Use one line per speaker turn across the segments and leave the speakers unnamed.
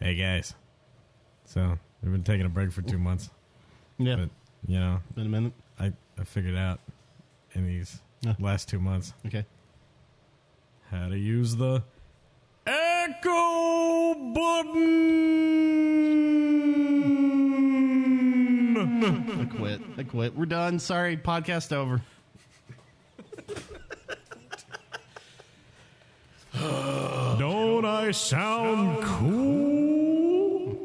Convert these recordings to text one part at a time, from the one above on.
Hey guys. So we've been taking a break for two months,
Yeah,
but you know,
in a minute.
I I figured out in these
Yeah.
last two months
Okay.
how to use the echo button.
I quit. I quit. We're done. Sorry. Podcast over.
Don't I sound cool?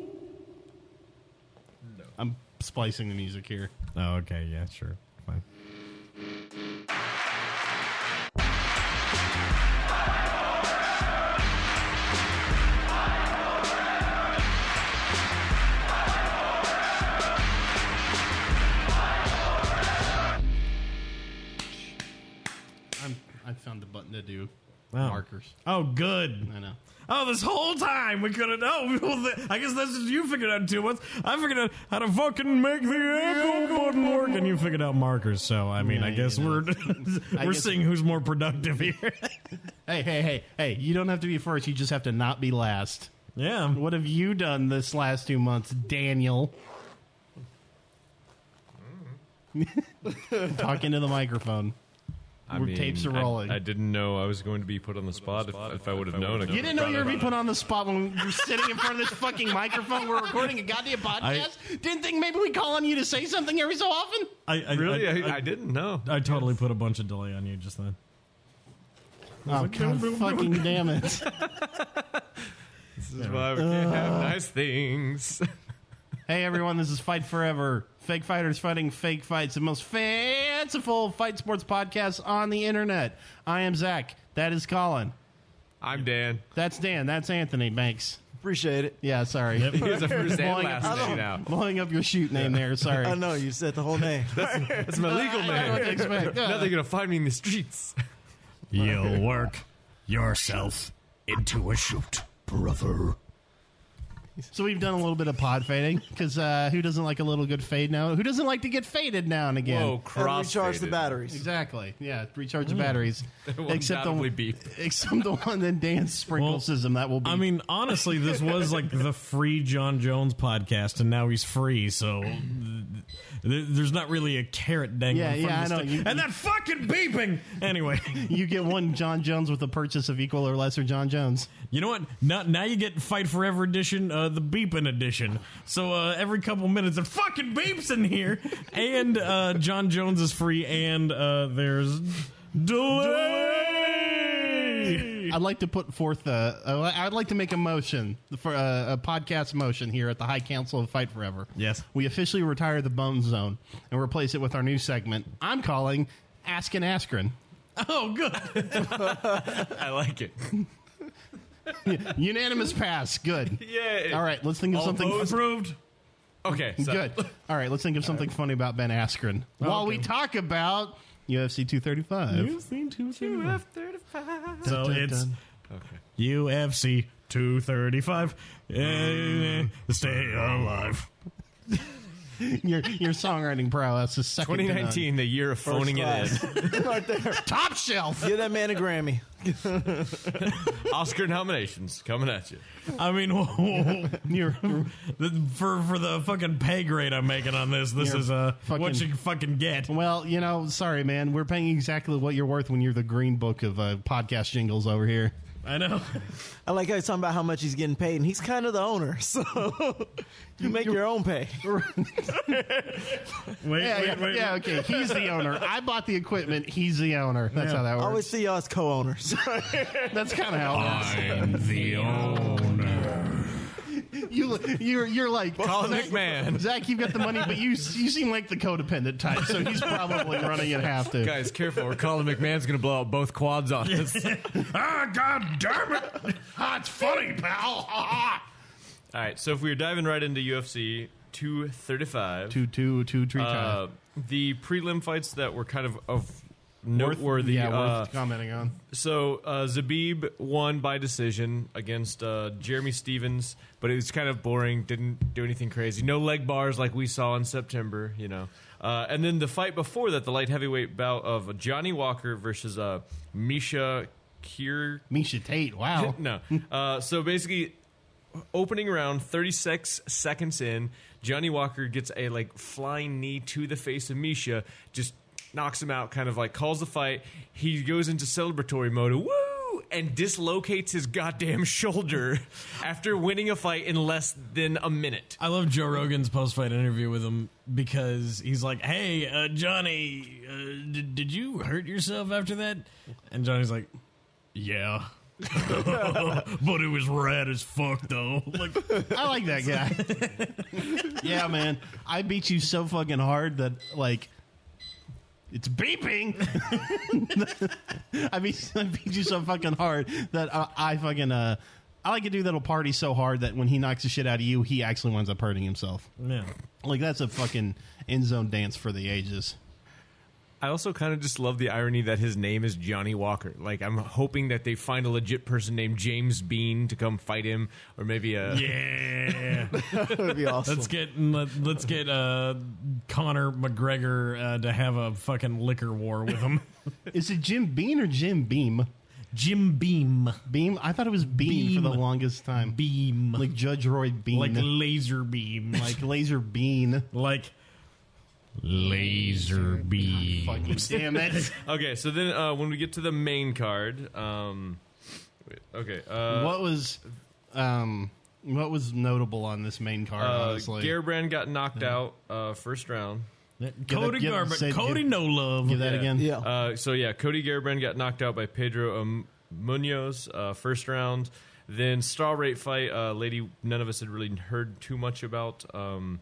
I'm splicing the music here.
Oh, okay, yeah, sure, fine.
I'm. I found the button to do
Wow.
markers.
Oh, good.
I know.
Oh, this whole time we couldn't. Oh, well, th- I guess that's what you figured out in two months. I figured out how to fucking make the echo button work, and you figured out markers. So, I mean,
Yeah,
I
you
guess
know.
we're
I
we're
guess-
seeing who's more productive here.
Hey, hey, hey, hey! You don't have to be first. You just have to not be last.
yeah.
What have you done this last two months, Daniel? Talk into the microphone.
I
We're- tapes are
I-
rolling.
I, didn't know I was going to be put on the spot if, if I would have known.
You didn't know you were being put on the spot when we were sitting in front of this fucking microphone. We're recording a goddamn podcast. didn't think maybe we call on you to say something every so often.
I, I
Really,
I,
I, I didn't know.
I totally put a bunch of delay on you just then.
Oh god, fucking damn it!
This is why we can't
Uh.
have nice things.
Hey everyone, this is Fight Forever. Fake fighters fighting fake fights, the most fanciful fight sports podcast on the internet. I am Zach. That is Colin.
I'm Dan.
That's Dan. That's Anthony Banks.
Appreciate it.
Yeah, sorry.
Here's a first and
Blowing up-
last name now.
Blowing up your shoot name there. Sorry.
I know you said the whole name.
That's my legal
I don't know what to
name.
expect.
Now they're gonna find me in the streets.
You'll work yourself into a shoot, brother.
So we've done a little bit of pod fading because uh, who doesn't like a little good fade now? Who doesn't like to get faded now and again?
Whoa,
And
cross.
recharge the batteries.
Exactly. Yeah, recharge the batteries.
will undoubtedly beep.
except the one that Dan sprinkles is him. That will be.
I mean, honestly, this was like the free John Jones podcast, and now he's free, so th- th- there's not really a carrot dangling.
Yeah,
from
yeah,
this
I know.
thing.
You-
and that fucking beeping. Anyway,
you get one John Jones with the purchase of equal or lesser John Jones.
you know what? Now, now you get Fight Forever edition, uh, the beeping edition. So uh, every couple minutes, it fucking beeps in here, and uh, John Jones is free, and uh, there's delay.
I'd like to put forth a. Uh, I'd like to make a motion for uh, a podcast motion here at the High Council of Fight Forever.
Yes.
we officially retire the Bone Zone and replace it with our new segment. I'm calling Askin Askren.
Oh, good.
I like it.
Unanimous pass. Good.
Yay.
All right, let's think of something
Almost.
Approved.
Okay. So
good. All right, let's think of something funny about Ben Askren while we talk about UFC 235.
You've seen two So it's UFC 235. Eh,
Mm.
Stay alive.
Your your songwriting prowess is second. to none.
2019, the year of
First
phoning it in.
class. right there.
top shelf.
Give that man a Grammy.
Oscar nominations coming at you.
I mean, whoa, whoa, whoa.
You're-
The- for for the fucking pay grade I'm making on this, this
You're
is uh, what
fucking-
you fucking get.
well, you know, sorry, man. We're paying exactly what you're worth when you're the green book of uh, podcast jingles over here.
I know.
I like how he's talking about how much he's getting paid, and he's kind of the owner, so you make your own pay.
Wait,
Yeah,
wait,
yeah,
wait.
yeah, okay. He's the owner. I bought the equipment. He's the owner. That's how that
I
works.
always see y'all as co-owners.
That's kind of how it works.
I'm the owner.
You, you're, you're like
Colin
Zach-
McMahon.
Zach, you've got the money, but you you seem like the codependent type, so he's probably running it half to.
Guys, careful, or Colin McMahon's gonna blow out both quads on us.
ah, god damn it! That's funny, pal.
All right, so if we were diving right into UFC 235,
Two, two, two, three times.
uh, the prelim fights that were kind of of noteworthy.
yeah,
uh,
worth commenting on.
so uh, Zabib won by decision against uh, Jeremy Stevens, but it was kind of boring. Didn't do anything crazy. No leg bars like we saw in September, you know. Uh, and then the fight before that, the light heavyweight bout of Johnny Walker versus uh, Misha Kier.
Misha Tate. Wow.
no. Uh, so basically, opening round, 36 seconds in, Johnny Walker gets a like flying knee to the face of Misha, just knocks him out, kind of like calls the fight. He goes into celebratory mode. Woo! And dislocates his goddamn shoulder after winning a fight in less than a minute.
I love Joe Rogan's post fight interview with him because he's like, "Hey, uh, Johnny, uh, d- did you hurt yourself after that?" And Johnny's like, "Yeah." but it was rad as fuck though. Like,
I like that guy. yeah, man. I beat you so fucking hard that like it's beeping. I beat I beat you so fucking hard that I, I fucking uh I like a dude that'll party so hard that when he knocks the shit out of you, he actually winds up hurting himself.
yeah.
Like that's a fucking end zone dance for the ages.
I also kind of just love the irony that his name is Johnny Walker. Like, I'm hoping that they find a legit person named James Bean to come fight him, or maybe a.
Yeah.
That would be awesome.
Let's get let, let's get uh, Connor McGregor uh, to have a fucking liquor war with him.
Is it Jim Bean or Jim Beam?
Jim Beam,
Beam? I thought it was Beam, for
Beam.
the longest time.
beam like,
Like Judge Roy Bean.
laser beam, like
like Laser Bean.
like laser beam.
Fucking damn it.
Okay, so then uh, when we get to the main card, um, wait, okay, uh,
what was um what was notable on this main card
uh,
honestly
Garbrand got knocked out uh, first round.
Cody
give-
Garbutt,
say-
Cody
give-
No Love.
give that again
Yeah.
Uh, so yeah, Cody Garbrand got knocked out by Pedro um, Munoz uh, first round. Then star rate fight, uh, lady none of us had really heard too much about. Um,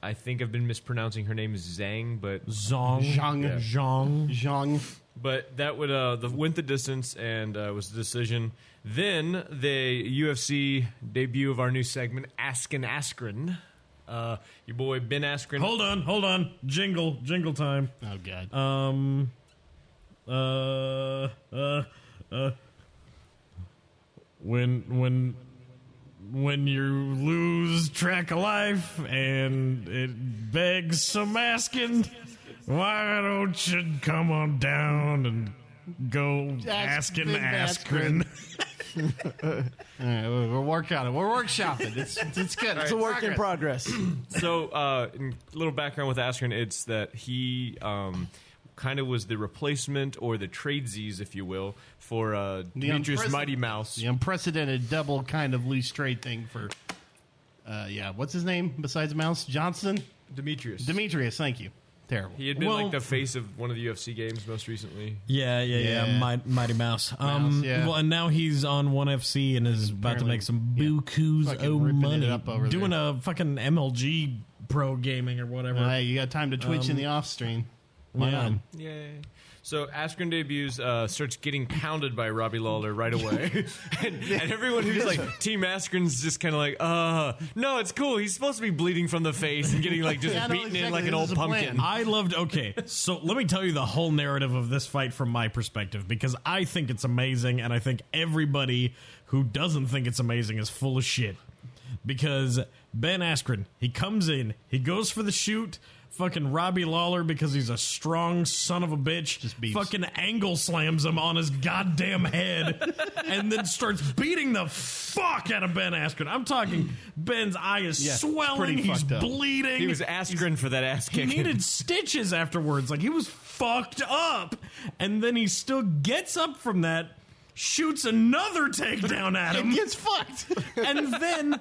I think I've been mispronouncing her name Zhang, but
Zong.
Zhang.
Yeah. Zhong.
Zhang
but that would uh, the, went the distance and uh, was the decision. Then the UFC debut of our new segment, Askin Askren. Uh, your boy Ben Askren.
Hold on, hold on. Jingle, jingle time.
oh god
Um. Uh. Uh. Uh. When when when you lose track of life and it begs some asking, why don't you come on down and go
Ask
asking
Big
Askren?
all right we're, we're workshopping we're workshopping it's it's good
It's a work in progress.
so uh, in- little background with Askren, it's that he um, kind of was the replacement or the tradesies, if you will, for uh, Demetrius
unprecedented-
Mighty Mouse.
the unprecedented double kind of loose trade thing for uh yeah what's his name besides mouse johnson
Demetrius.
demetrius thank you terrible
he had been
Well-
like the face of one of the UFC games most recently.
Yeah, yeah, yeah.
Yeah.
Mi- Mighty Mouse. Um,
yeah.
Well, and now he's on One FC and is about to
Apparently,
make some
yeah.
bukus
Fucking
oh
ripping it
money,
up over
doing a fucking MLG pro gaming or whatever.
All right, you got time to twitch
Um,
in the off stream Why
yeah.
not?
Yay. So Askren debuts, uh, starts getting pounded by Robbie Lawler right away. and, and everyone who's like, Team Askren's just kind of like, uh, no, it's cool. He's supposed to be bleeding from the face and getting like just
Yeah, I know
beaten in
exactly.
like an
This
old
is a plan.
pumpkin.
I loved. Okay, so let me tell you the whole narrative of this fight from my perspective because I think it's amazing, and I think everybody who doesn't think it's amazing is full of shit. Because Ben Askren, he comes in, he goes for the shoot. Fucking Robbie Lawler because he's a strong son of a bitch.
Just beefs.
Fucking angle slams him on his goddamn head, and then starts beating the fuck out of Ben Askren. I'm talking Ben's eye is
Yeah, it's pretty
swelling, he's
fucked up.
bleeding.
He was Askren for that ass
He
kick.
needed stitches afterwards. Like he was fucked up. And then he still gets up from that, shoots another takedown at him,
gets fucked
and then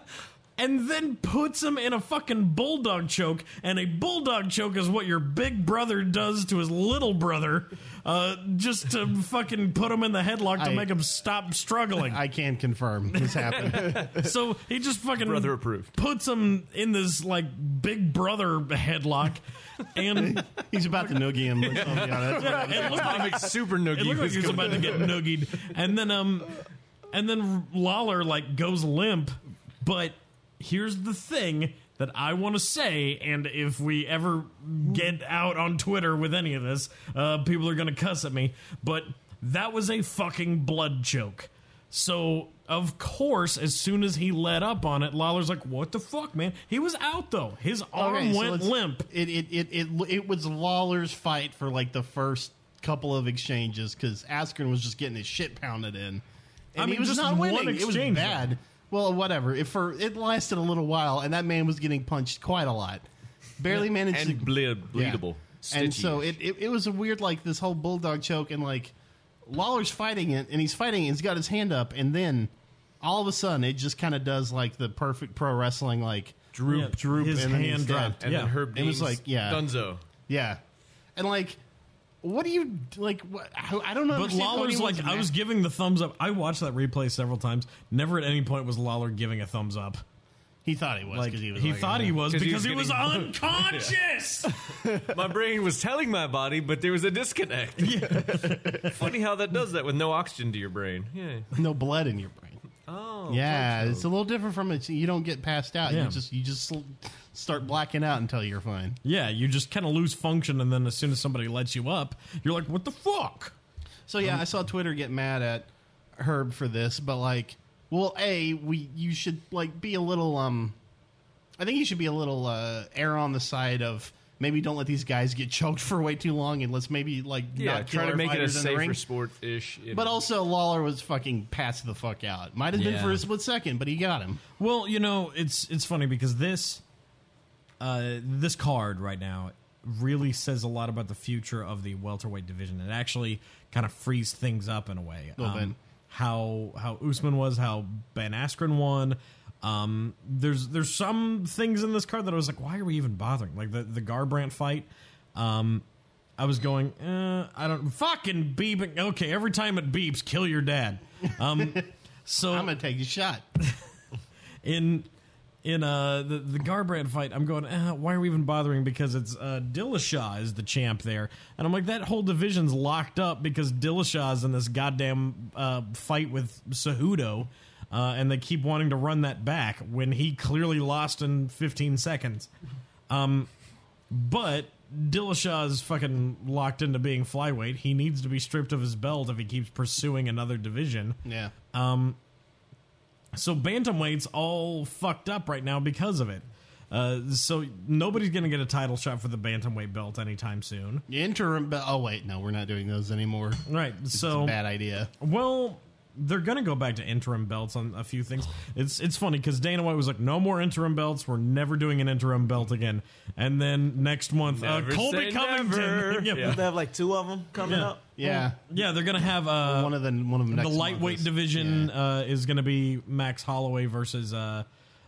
and then puts him in a fucking bulldog choke. And a bulldog choke is what your big brother does to his little brother, uh, just to fucking put him in the headlock to
I-
make him stop struggling.
i can confirm this happened
So he just fucking
Brother approved.
puts him in this like big brother headlock, and
He's about to noogie him. Let's all be honest.
it looked like
Like super noogie.
it looked like
was
he was
gonna-
about to get noogied, and then um, and then Lawler like goes limp. But here's the thing that I want to say, and if we ever get out on Twitter with any of this, uh, people are gonna cuss at me. But that was a fucking blood joke. So of course, as soon as he let up on it, Lawler's like, "What the fuck, man?" He was out though. His arm
Okay, so
went
let's-
limp.
It it, it it it was Lawler's fight for like the first couple of exchanges because Askren was just getting his shit pounded in, and
I mean,
he was
just
not
one
winning. It was
exchange,
bad. Well, whatever. If for it lasted a little while, and that man was getting punched quite a lot. Barely managed
and
to
ble-
Yeah.
bleedable.
And
Stitchy.
so it, it it was a weird like this whole bulldog choke and like Lawler's fighting it and he's fighting it, he's got his hand up and then all of a sudden it just kind of does like the perfect pro wrestling like droop
Yeah,
droop
his
and then
hand
he's dead.
dropped.
and
Yeah.
then Herb
It was
Dean's
like, yeah.
Dunzo.
Yeah, and like, what do you like? What, I I don't know.
But Lawler's like, I was giving the thumbs up. I watched that replay several times. Never at any point was Lawler giving a thumbs up.
He thought he was.
Like
'cause
he,
was like,
thought he was
'Cause he
because
was
he was,
getting-
unconscious.
My brain was telling my body, but there was a disconnect. Funny how that does that with no oxygen to your brain. Yeah.
no blood in your brain.
Oh.
yeah, it's a little different from it. You don't get passed out.
Yeah.
You just you just sl- start blacking out until you're fine.
yeah, you just kind of lose function, and then as soon as somebody lets you up, you're like, "What the fuck?"
So
Um,
yeah, I saw Twitter get mad at Herb for this, but like, well, a we you should like be a little um, I think you should be a little uh, err on the side of maybe don't let these guys get choked for way too long, and let's maybe like
Yeah,
not
try
kill
to
our
make it a
fighters in the ring.
safer sport ish.
But also, Lawler was fucking passed the fuck out. Might have been
Yeah.
for a split second, but he got him.
Well, you know, it's it's funny because this uh, this card right now really says a lot about the future of the welterweight division. It actually kind of frees things up in a way. Um,
Little bit.
How how Usman was, how Ben Askren won. Um, there's there's some things in this card that I was like, why are we even bothering? Like the the Garbrandt fight. Um, I was going, eh, I don't fucking beeping. Okay, every time it beeps, kill your dad. Um,
Oh.
so
I'm gonna take the shot.
in in uh the the Garbrandt fight, I'm going. Eh, why are we even bothering? Because it's uh, Dillashaw is the champ there, and I'm like that whole division's locked up because Dillashaw's in this goddamn uh, fight with Cejudo, uh, and they keep wanting to run that back when he clearly lost in 15 seconds. Um, but Dillashaw's fucking locked into being flyweight. He needs to be stripped of his belt if he keeps pursuing another division.
Yeah,
So bantamweight's all fucked up right now because of it. Uh, so nobody's going to get a title shot for the bantamweight belt anytime soon,
interim. But oh wait, no, we're not doing those anymore.
right?
It's
so
a bad idea.
uh,
well, they're going to go back to interim belts on a few things. It's it's funny because Dana White was like, "No more interim belts. We're never doing an interim belt again." And then next month, uh,
Never
Colby
say never.
Covington. yeah.
Yeah.
They have like two of them coming
Yeah.
up.
Yeah,
yeah, they're going to have uh,
one of the one of the, next
the lightweight
months.
division uh, is going to be Max Holloway versus uh,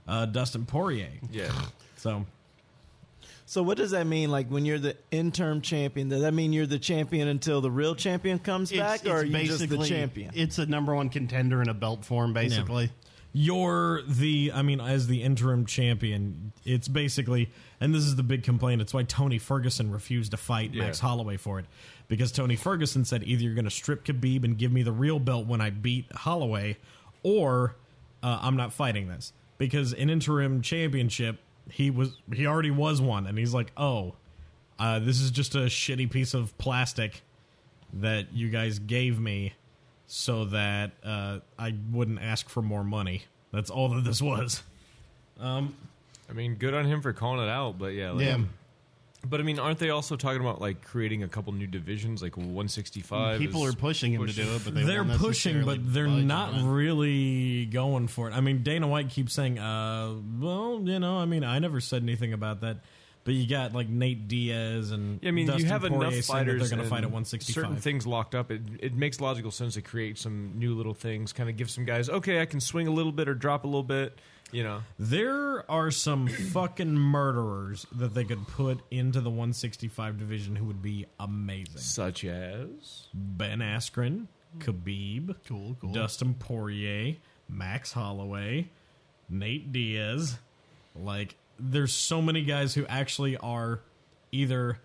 uh, Dustin Poirier.
Yeah.
So
So what does that mean? Like when you're the interim champion, does that mean you're the champion until the real champion comes back, or are you just the
basically-
champion?
It's a number one contender in a belt form, basically.
you're the i mean as the interim champion it's basically and this is the big complaint it's why tony ferguson refused to fight max
Yeah.
holloway for it because tony ferguson said either you're going to strip khabib and give me the real belt when i beat holloway or uh, i'm not fighting this because an interim championship he was he already was one and he's like oh uh, this is just a shitty piece of plastic that you guys gave me so that uh, I wouldn't ask for more money. That's all that this was.
I mean, good on him for calling it out, but yeah. Like,
Yeah.
But I mean, aren't they also talking about like creating a couple new divisions, like 165?
People
is-
are pushing him
pushing-
to do it, but they
They are
won't
pushing, but
necessarily
they're
budge
not
on it.
really going for it. I mean, Dana White keeps saying, uh, well, you know, I mean, I never said anything about that. But you got like Nate Diaz and
Yeah, I mean,
Dustin
you have
Poirier
enough
saying that
fighters.
they're going to
and
fight at 165.
Certain things locked up. It, it makes logical sense to create some new little things. Kind of give some guys, okay, I can swing a little bit or drop a little bit. You know,
There are some fucking murderers that they could put into the 165 division who would be amazing.
such as
Ben Askren, Khabib,
Cool, cool.
Dustin Poirier, Max Holloway, Nate Diaz. Like, there's so many guys who actually are either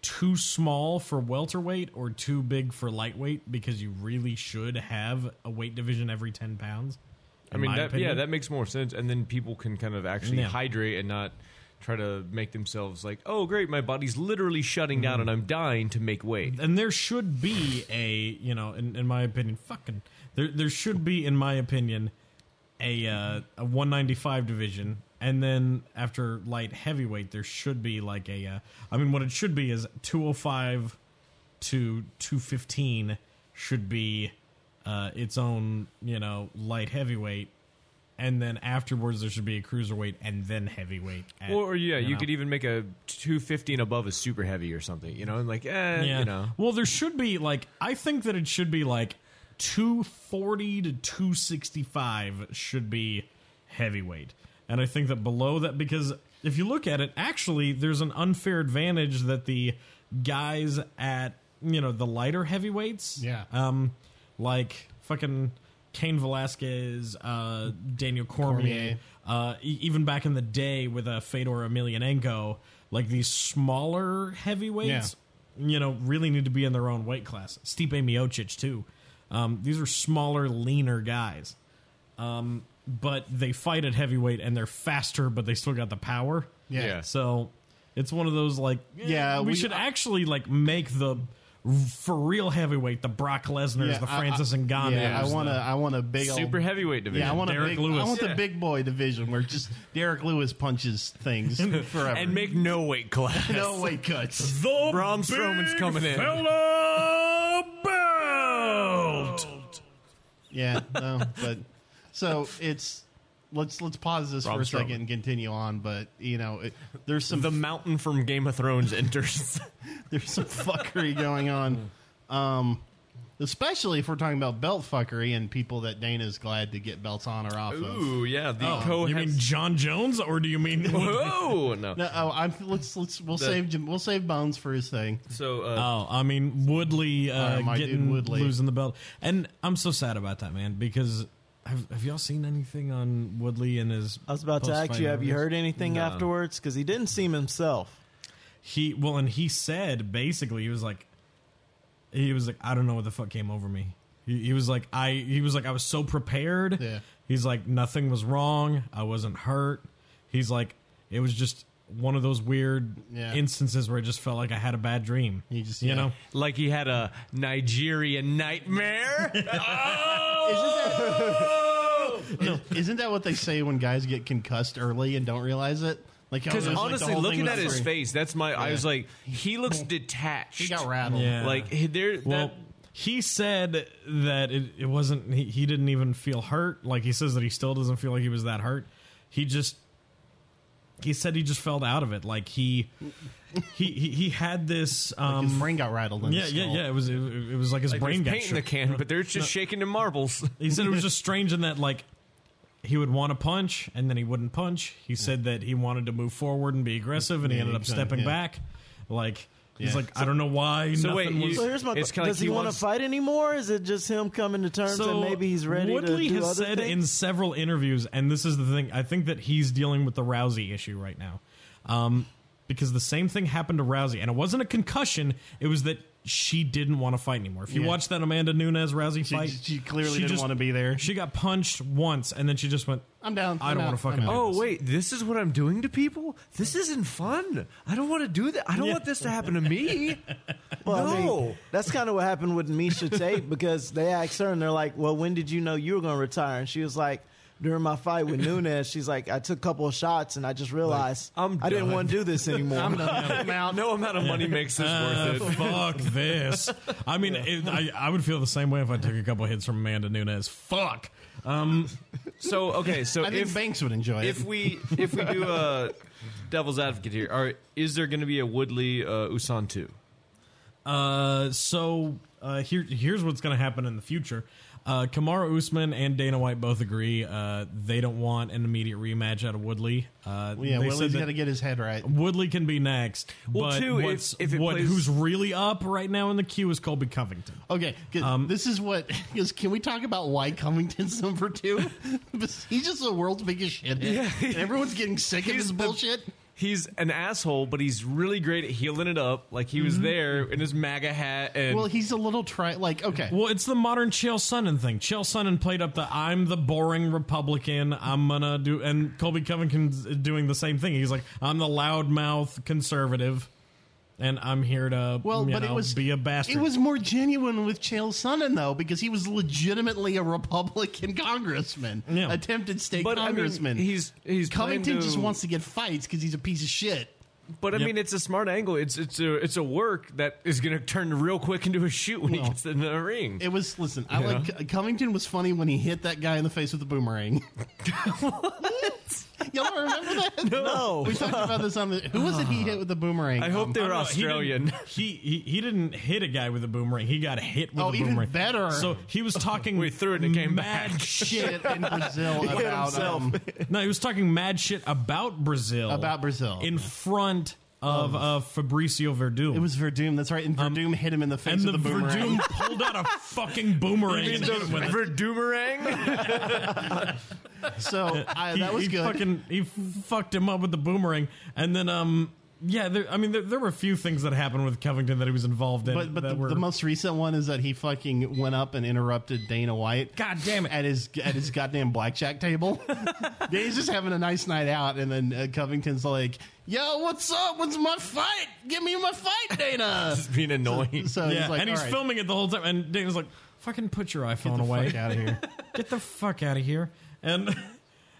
too small for welterweight or too big for lightweight because you really should have a weight division every 10 pounds.
I
in
mean,
my
that, yeah,
opinion.
that makes more sense. And then people can kind of actually
Yeah.
hydrate and not try to make themselves like, oh, great, my body's literally shutting down
Mm-hmm.
and I'm dying to make weight.
and there should be a you know in, in my opinion fucking there there should be in my opinion a uh, a 195 division and then after light heavyweight there should be like a uh, I mean what it should be is 205 to 215 should be uh, its own you know light heavyweight and then afterwards there should be a cruiserweight and then heavyweight. at-
Or, or, yeah, you,
know.
could even make a 250 and above a super heavy or something, you know, and like, eh,
Yeah.
you know.
Well, there should be like I think that it should be like 240 to 265 should be heavyweight. And I think that below that because if you look at it actually there's an unfair advantage that the guys at you know the lighter heavyweights
Yeah.
um like fucking Kane Velasquez, uh, Daniel Cormier,
Cormier.
Uh, e- even back in the day with a Fedor Emelianenko, like these smaller heavyweights
Yeah.
you know, really need to be in their own weight class. Stipe Miocic too. Um, these are smaller, leaner guys, um, but they fight at heavyweight and they're faster, but they still got the power.
Yeah.
Yeah.
So it's one of those like, eh,
Yeah,
we,
we-
should actually like make the for real heavyweight the Brock Lesnar's,
Yeah,
the
I- I-
Francis and Ngannou.
Yeah, I want to. I want a big old-
Super heavyweight division.
Yeah, I want a
Derek
big.
Lewis.
I want
Yeah.
the big boy division where just Derek Lewis punches things forever
and make no weight class.
no weight cuts.
the
Braun Strowman's
big
coming in.
Fella belt.
Yeah, no, but so it's let's let's pause this
Rob
for a
Strowman.
second and continue on. But you know, it, there's some
The mountain from Game of Thrones enters.
there's some fuckery going on. Um, especially if we're talking about belt fuckery and people that Dana's glad to get belts on or off of.
Ooh, yeah, the
Oh, you mean John Jones, or do you mean?
Whoa, no.
No, oh, I'm, let's let's we'll save Jim, we'll save Bones for his thing.
So, uh,
Oh, I mean Woodley uh,
my dude
getting
Woodley.
losing the belt, and I'm so sad about that, man. Because have, have y'all seen anything on Woodley and his?
I was about to ask you, have you heard anything
No.
afterwards? Because he didn't seem himself.
He well, and he said basically he was like, he was like, I don't know what the fuck came over me. He, he was like, I he was like, I was so prepared.
Yeah.
He's like, nothing was wrong. I wasn't hurt. He's like, it was just one of those weird
Yeah.
instances where I just felt like I had a bad dream.
You just-
you
yeah.
know.
like he had a Nigerian nightmare.
Oh! Isn't that what they say when guys get concussed early and don't realize it? Like
Because honestly, looking at his
face.
face, that's my. I
Yeah.
was like, he looks detached.
He got rattled.
Yeah.
Like he- there.
Well,
that-
he said that it, it wasn't. He, he didn't even feel hurt. Like he says that he still doesn't feel like he was that hurt. He just. He said he just felt out of it. Like he, he, he, he had this. Um,
His brain got rattled. In
yeah,
his
yeah,
skull.
yeah. It was it, it was like his
like,
brain
there's
got
paint in the
shook.
can, but they're just shaking the marbles.
He said it was just strange in that like he would want to punch and then he wouldn't punch. He said that he wanted to move forward and be aggressive, and he
Yeah,
ended up
he's done,
stepping
yeah.
back. Like he's
Yeah.
like, I don't know why.
So
nothing
wait,
was-
you-
So here's my.
It's
Does
kinda like
he,
he
want to
wants-
fight anymore? Is it just him coming to terms that maybe he's ready
Woodley
to do
has
other
said
things?
in several interviews, and this is the thing. I think that he's dealing with the Rousey issue right now, um, because the same thing happened to Rousey, and it wasn't a concussion. It was that she didn't want to fight anymore. If you
Yeah.
watch that Amanda Nunes Rousey
She-
fight,
she clearly
she
didn't
just-
wanna be there.
She got punched once, and then she just went.
I'm down.
I
I'm
don't
out.
want to fucking.
I'm
do
out.
Oh
this.
wait, this is what I'm doing to people. This isn't fun. I don't want to do that. I don't want this to happen to me.
Well, I mean,
No.
that's kind of what happened with Misha Tate because they asked her and they're like, "Well, when did you know you were going to retire?" And she was like, "During my fight with Nunes, she's like, I took a couple of shots and I just realized
I'm
I didn't
done.
want to do this anymore."
I'm out.
No amount of money makes this
Uh,
worth it.
fuck this. I mean, it, I, I would feel the same way if I took a couple hits from Amanda Nunes. Fuck. Um,
So okay, so
I think
if
Banks would enjoy
if
it.
we if we do a devil's advocate here, are, is there going to be a Woodley uh, Usan two?
Uh, so uh, here, here's what's going to happen in the future. Uh, Kamara Usman and Dana White both agree uh, they don't want an immediate rematch out of Woodley. Uh,
yeah,
they
Willie's
said
got to
that
get his head right.
Woodley can be next.
Well,
but
too, if-
what's-
if it
what,
plays-
who's really up right now in the queue is Colby Covington.
Okay, 'cause this is what. 'cause can we talk about why Covington's number two? Because He's just the world's biggest shithead. And everyone's getting sick of
He's
his
the-
bullshit.
He's an asshole, but he's really great at healing it up. Like he was there in his MAGA hat, and
Well, he's a little try. Like, okay,
Well, it's the modern Chael Sonnen thing. Chael Sonnen played up the "I'm the boring Republican. I'm gonna do," and Colby Covington's doing the same thing. He's like, "I'm the loudmouth conservative, and I'm here to
well,
you
but
know,
it was
be a bastard."
It was more genuine with Chael Sonnen though, because he was legitimately a Republican congressman,
Yeah.
attempted state
But, I mean,
congressman.
he's- he's
Covington
playing to-
just wants to get fights because he's a piece of shit.
But I
Yep.
mean, it's a smart angle. It's it's a it's a work that is going to turn real quick into a shoot when he
Well,
gets in the ring.
It was listen. I
Yeah.
like Covington was funny when he hit that guy in the face with the boomerang. Y'all don't remember that?
No.
We talked about this on the. Who was it he hit with the boomerang?
I hope
Um,
they were
No, he didn't-
Australian.
He, he he didn't hit a guy with a boomerang. He got hit with
Oh,
a
even
boomerang.
better.
So he was talking.
We threw it and it came
mad
back.
shit.
shit in Brazil about
himself.
um,
No, he was talking mad shit about Brazil.
About Brazil.
in front of uh, Fabricio Verdum.
it was Verdum. That's right. And Verdum hit him in the face
and the,
with the boomerang.
Verdum pulled out a fucking boomerang. and hit him with it.
Verdumerang?
So I,
He-
that was
he
good.
Fucking, he fucked him up with the boomerang, and then um. Yeah, there, I mean, there, there were a few things that happened with Covington that he was involved in.
but but
that
the,
were,
the most recent one is that he fucking went up and interrupted Dana White.
God damn it!
at his at his goddamn blackjack table. yeah, he's just having a nice night out, and then uh, Covington's like, "Yo, what's up? What's my fight? Give me my fight, Dana."
Just being annoying.
So
yeah,
he's like,
and he's
"All right,
filming it the whole time. And Dana's like, "Fucking put your iPhone
get the
away.
fuck out of here."
Get the fuck out of here!" And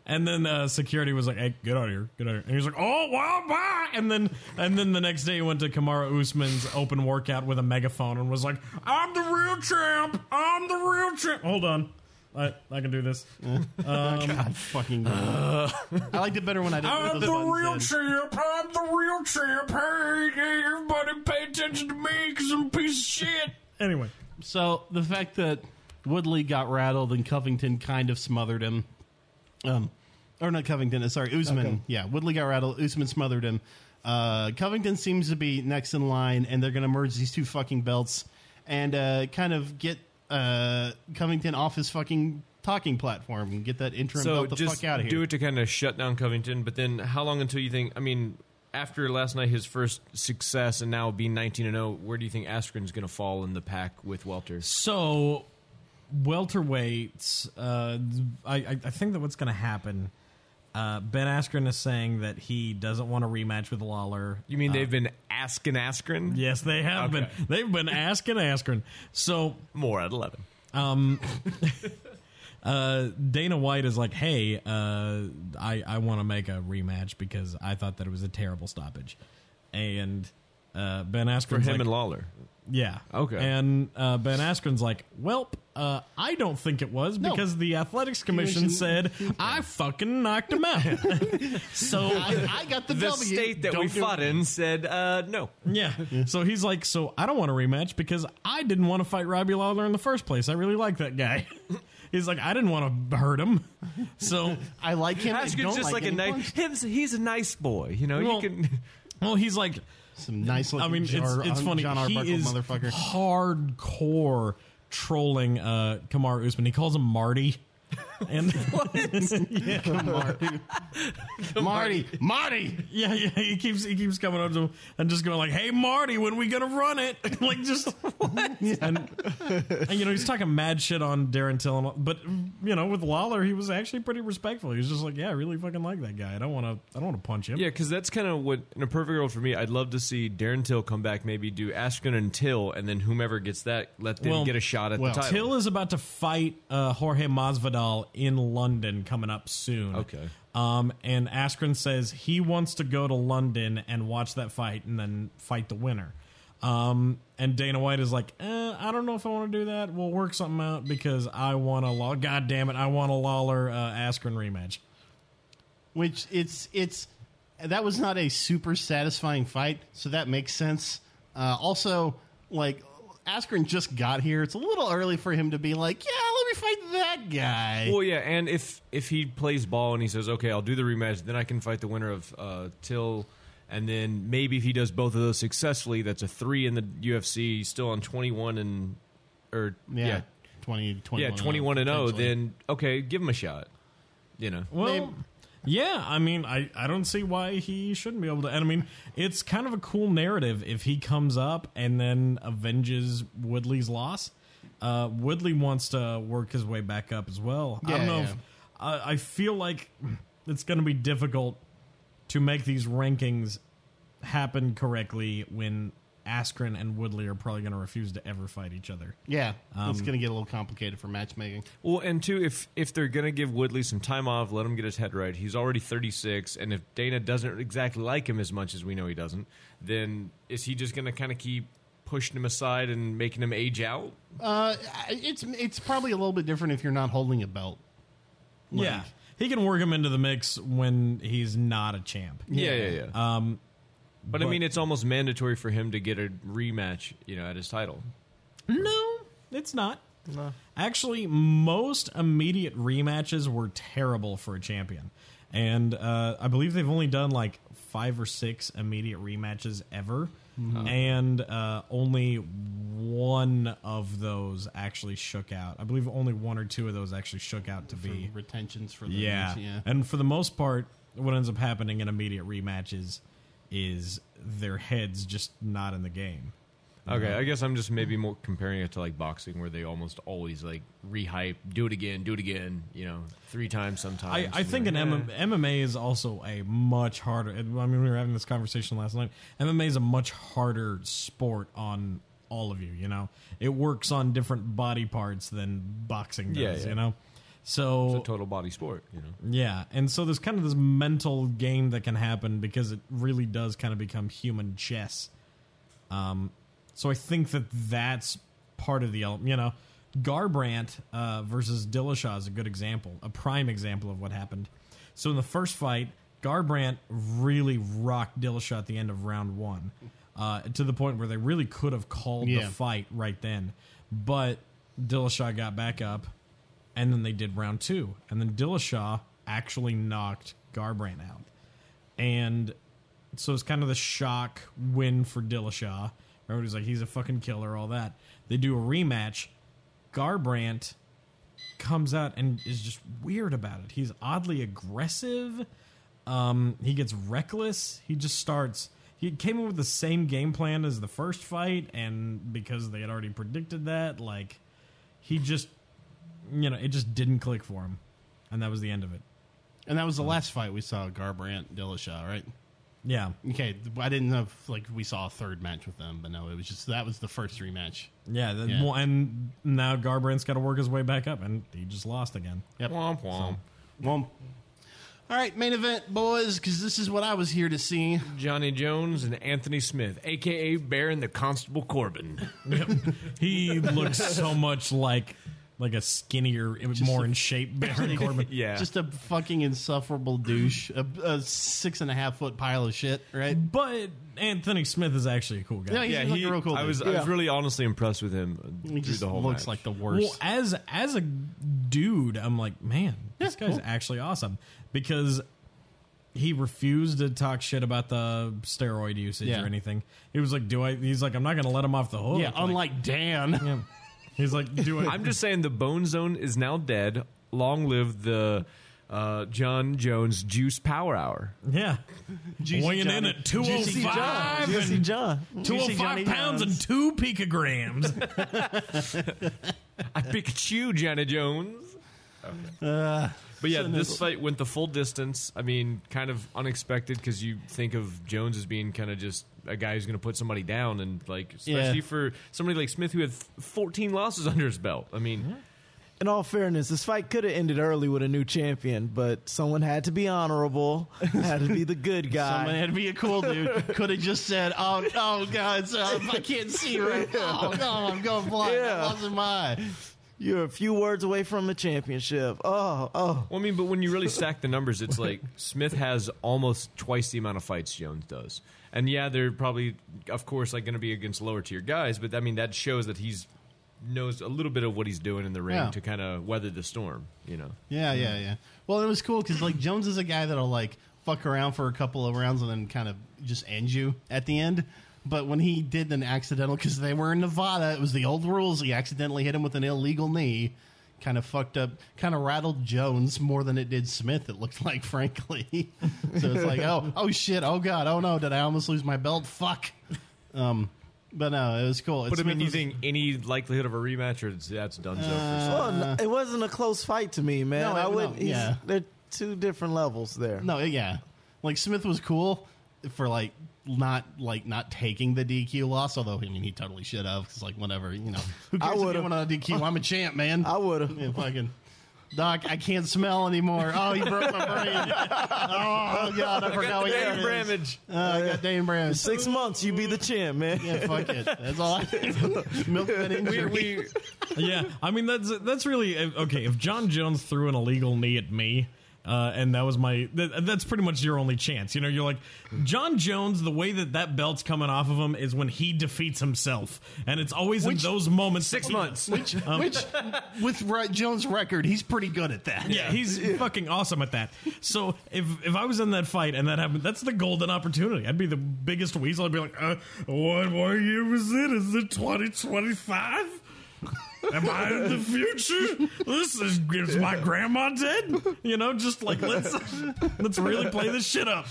and then uh, security was like, "Hey, get out of here, get out of here!" And he's like, "Oh, well, bye." And then and then the next day he went to Kamara Usman's open workout with a megaphone and was like, "I'm the real champ. I'm the real champ." Hold on, I I can do this.
God fucking. I liked it better when I didn't. know
I'm
those
Um, the
buttons
real
then.
champ. I'm the real champ. Hey, hey, everybody, pay attention to me because I'm a piece of shit. Anyway,
So the fact that Woodley got rattled and Covington kind of smothered him, um, or not Covington, uh, sorry, Usman.
Okay.
Yeah, Woodley got rattled. Usman smothered him. Uh, Covington seems to be next in line, and they're going to merge these two fucking belts and uh, kind of get uh, Covington off his fucking talking platform and get that interim
So
belt the
just
fuck out of here.
do it to kind of shut down Covington. But then, how long until you think? I mean, after last night, his first success, and now being nineteen and zero, where do you think Askren's going to fall in the pack with Welter?
so welterweights. Uh, I I I think that what's going to happen. Uh, ben Askren is saying that he doesn't want a rematch with Lawler. Uh,
You mean they've been asking Askren?
Yes, they have
Okay.
been. They've been asking Askren. So
More at eleven.
uh, Dana White is like, "Hey, uh, I I want to make a rematch because I thought that it was a terrible stoppage," and uh, Ben Askren's
For him
like,
and Lawler.
Yeah.
Okay.
And uh, Ben Askren's like, "Welp, uh, I don't think it was
No.
because the Athletics Commission said I fucking knocked him out." so
I, I got the,
The
W.
state that
Don't
we
do it.
fought in said uh, no.
yeah. So he's like, "So I don't want a rematch because I didn't want to fight Robbie Lawler in the first place. I really like that guy." he's like, "I didn't want to hurt him." So
I like him. I
Askren's
don't
just like, a
him. He
nice.
punched
Him's, he's a nice boy. You know,
Well,
you can.
well, he's like,
Some nice looking.
I mean, it's,
Jar- um,
it's funny.
John Arbuckle,
he is
motherfucker.
hardcore trolling uh, Kamar Usman. He calls him Marty. And
Marty. Marty. Marty.
yeah, yeah, he keeps he keeps coming up to him and just going like, "Hey, Marty, when we gonna run it?" like just And, and, you know he's talking mad shit on Darren Till, and all, but you know with Lawler he was actually pretty respectful. He was just like, "Yeah, I really fucking like that guy. I don't want to I don't want to punch him."
Yeah, because that's kind of what in a perfect world for me. I'd love to see Darren Till come back, maybe do Askren and Till, and then whomever gets that, let them
Well,
get a shot at
well,
the title.
Till is about to fight uh, Jorge Masvidal in London coming up soon.
Okay.
Um, and Askren says he wants to go to London and watch that fight and then fight the winner. Um, and Dana White is like, eh, I don't know if I want to do that. We'll work something out because I want a law. God damn it, I want a Lawler uh, Askren rematch.
which it's it's that was not a super satisfying fight, so that makes sense. Uh, also, like Askren just got here; it's a little early for him to be like, "Yeah, let me fight that guy."
Well, yeah, and if if he plays ball and he says, "Okay, I'll do the rematch," then I can fight the winner of uh, Till, and then maybe if he does both of those successfully, that's a three in the UFC. He's still on twenty one and or
yeah,
yeah
20,
yeah
21
twenty one and zero.
oh, potentially.
Then okay, give him a shot. You know,
Well,
Maybe-
yeah, I mean, I, I don't see why he shouldn't be able to. And I mean, it's kind of a cool narrative if he comes up and then avenges Woodley's loss. Uh, Woodley wants to work his way back up as well. I
Yeah,
don't know.
yeah.
If, I, I feel like it's going to be difficult to make these rankings happen correctly when Askren and Woodley are probably going to refuse to ever fight each other.
Yeah, it's
um,
going to get a little complicated for matchmaking.
Well, and two, if if they're gonna give Woodley some time off, let him get his head right. He's already thirty six, and if Dana doesn't exactly like him as much as we know he doesn't, then is he just gonna kind of keep pushing him aside and making him age out?
Uh, it's it's probably a little bit different if you're not holding a belt.
yeah. He can work him into the mix when he's not a champ.
Yeah, yeah, yeah.
Um,
but, I
but-
mean, it's almost mandatory for him to get a rematch, you know, at his title.
No, it's not. Actually, most immediate rematches were terrible for a champion. And uh, I believe they've only done like five or six immediate rematches ever.
Mm-hmm.
And uh, only one of those actually shook out. I believe only one or two of those actually shook out to be.
Retentions for the
Yeah.
yeah.
And for the most part, what ends up happening in immediate rematches is their heads just not in the game.
Okay, I guess I'm just maybe more comparing it to like boxing, where they almost always like rehype, do it again, do it again, you know, three times sometimes.
I, I think an
MMA.
M- MMA is also a much harder. I mean, we were having this conversation last night. MMA is a much harder sport on all of you. You know, it works on different body parts than boxing does.
Yeah, yeah.
You know,
It's
so
a total body sport, you know.
yeah, and so there's kind of this mental game that can happen because it really does kind of become human chess. Um, so I think that that's part of the element. You know, Garbrandt uh, versus Dillashaw is a good example, a prime example of what happened. So in the first fight, Garbrandt really rocked Dillashaw at the end of round one, uh, to the point where they really could have called the
Yeah.
fight right then, but Dillashaw got back up, and then they did round two, and then Dillashaw actually knocked Garbrandt out, and so it's kind of the shock win for Dillashaw. Everybody's like, he's a fucking killer, all that. They do a rematch. Garbrandt comes out and is just weird about it. He's oddly aggressive. Um, he gets reckless. He just starts. He came up with the same game plan as the first fight, and because they had already predicted that, like he just, you know, it just didn't click for him, and that was the end of it.
And that was the last fight we saw Garbrandt Dillashaw, right?
Yeah,
Okay, I didn't know if like we saw a third match with them, but no, it was just that was the first rematch.
yeah. the-
Yeah.
well, and now Garbrandt's got to work his way back up, and he just lost again.
Womp womp.
Well, all right, main event, boys, because this is what I was here to see.
Johnny Jones and Anthony Smith, aka Baron the Constable Corbin.
He looks so much like like a skinnier, more in shape Baron Corbin.
Yeah.
Just a fucking insufferable douche, a, a six and a half foot pile of shit, right?
But Anthony Smith is actually a cool guy.
Yeah, he's like a real cool.
I
dude.
was I was
Yeah.
really honestly impressed with him uh,
he
through
just
the whole
looks
match.
like the worst.
well, as as a dude, I'm like, man, this guy's actually awesome because he refused to talk shit about the steroid usage
Yeah.
or anything. He was like, "Do I?" He's like, "I'm not going to let him off the hook."
yeah,
Like,
unlike Dan.
yeah. he's like, "Do I?"
I'm just saying the Bone Zone is now dead. Long live the uh, John Jones Juice Power Hour.
yeah,
Juicy
weighing in
Johnny.
at
Juicy John.
205
Jesse
and
John.
205
Johnny
pounds and
Jones.
two picograms.
I Pikachu, Johnny Jones. But yeah, this fight went the full distance. I mean, kind of unexpected because you think of Jones as being kind of just a guy who's going to put somebody down, and like especially
Yeah.
for somebody like Smith who had 14 losses under his belt. I mean,
In all fairness, this fight could have ended early with a new champion, but someone had to be honorable, had to be the good guy.
Someone had to be a cool dude. Could have just said, "Oh, oh God, so I can't see right now. No, I'm going blind.
Yeah.
I lost my eye."
You're a few words away from a championship. Oh, oh.
Well, I mean, but when you really stack the numbers, it's like Smith has almost twice the amount of fights Jones does. And yeah, they're probably, of course, like going to be against lower tier guys, but I mean, that shows that he's knows a little bit of what he's doing in the ring
Yeah.
to kind of weather the storm, you know.
Yeah, yeah, yeah. Well, it was cool because like Jones is a guy that'll like fuck around for a couple of rounds and then kind of just end you at the end. But when he did an accidental, because they were in Nevada, it was the old rules. He accidentally hit him with an illegal knee, kind of fucked up, kind of rattled Jones more than it did Smith. It looked like, frankly. so it's like, oh, oh shit, oh god, oh no, did I almost lose my belt? Fuck. Um, but no, it was cool.
But I mean,
Smith
you
was-
think any likelihood of a rematch, or it's, that's done so
Well, n- it wasn't a close fight to me, man.
Uh, No,
I
it-
wouldn't.
no,
he's-
yeah.
They're two different levels there.
No, yeah. Like Smith was cool, for like not like not taking the DQ loss. Although I mean, he totally should have because like whatever, you know, who
I
cares if you
would've.
went on a DQ? I'm a champ, man.
I would have.
Yeah, fucking. Doc, I can't smell anymore. Oh, you broke my brain. Oh God, I forgot
Got
we
the
had
name
this.
Ramage.
Uh, I got Dane Bram.
Six months, you be the champ, man.
Yeah, fuck it. That's all. I Milk that
We,
injury.
we,
yeah, I mean that's that's really okay. If John Jones threw an illegal knee at me, uh, and that was my that, that's pretty much your only chance. You know, you're like John Jones. The way that that belt's coming off of him is when he defeats himself, and it's always in those moments. Six
months.
Which, which, Um, with Ro- Jones' record, he's pretty good at that.
Yeah, he's fucking awesome at that. So if if I was in that fight and that happened, that's the golden opportunity. I'd be the biggest weasel. I'd be like, uh, what, what year was it? Is it twenty twenty five? Am I in the future? This is, is my grandma dead? You know, just like let's let's really play this shit up.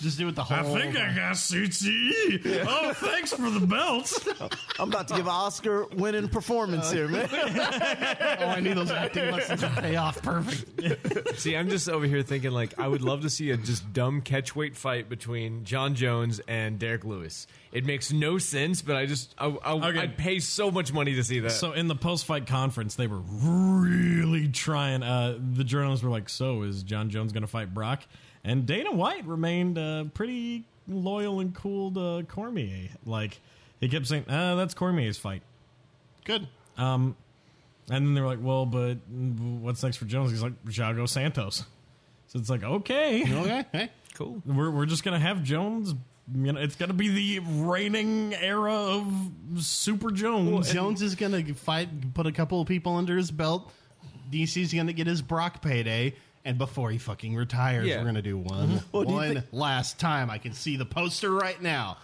Just do it the whole.
I think I got CTE. Oh, thanks for the belt.
I'm about to give an Oscar winning performance
Uh,
here, man.
oh, I need those acting lessons to pay off. Perfect.
see, I'm just over here thinking like I would love to see a just dumb catchweight fight between John Jones and Derek Lewis. It makes no sense, but I just I, I,
Okay.
I'd pay so much money to see that.
So in the post-fight conference, they were really trying. Uh, the journalists were like, "So is John Jones going to fight Brock?" And Dana White remained uh, pretty loyal and cool to Cormier. Like he kept saying, uh, "That's Cormier's fight."
Good.
And then they were like, "Well, but what's next for Jones?" He's like, "Jago Santos." So it's like, okay,
Okay. Hey.
cool.
we're we're just gonna have Jones. You know, it's gonna be the reigning era of Super Jones.
Jones is going to fight, put a couple of people under his belt. DC's going to get his Brock payday. And before he fucking retires,
Yeah. Mm-hmm.
we're going to do one,
Well, do you
one
think-
last time. I can see the poster right now.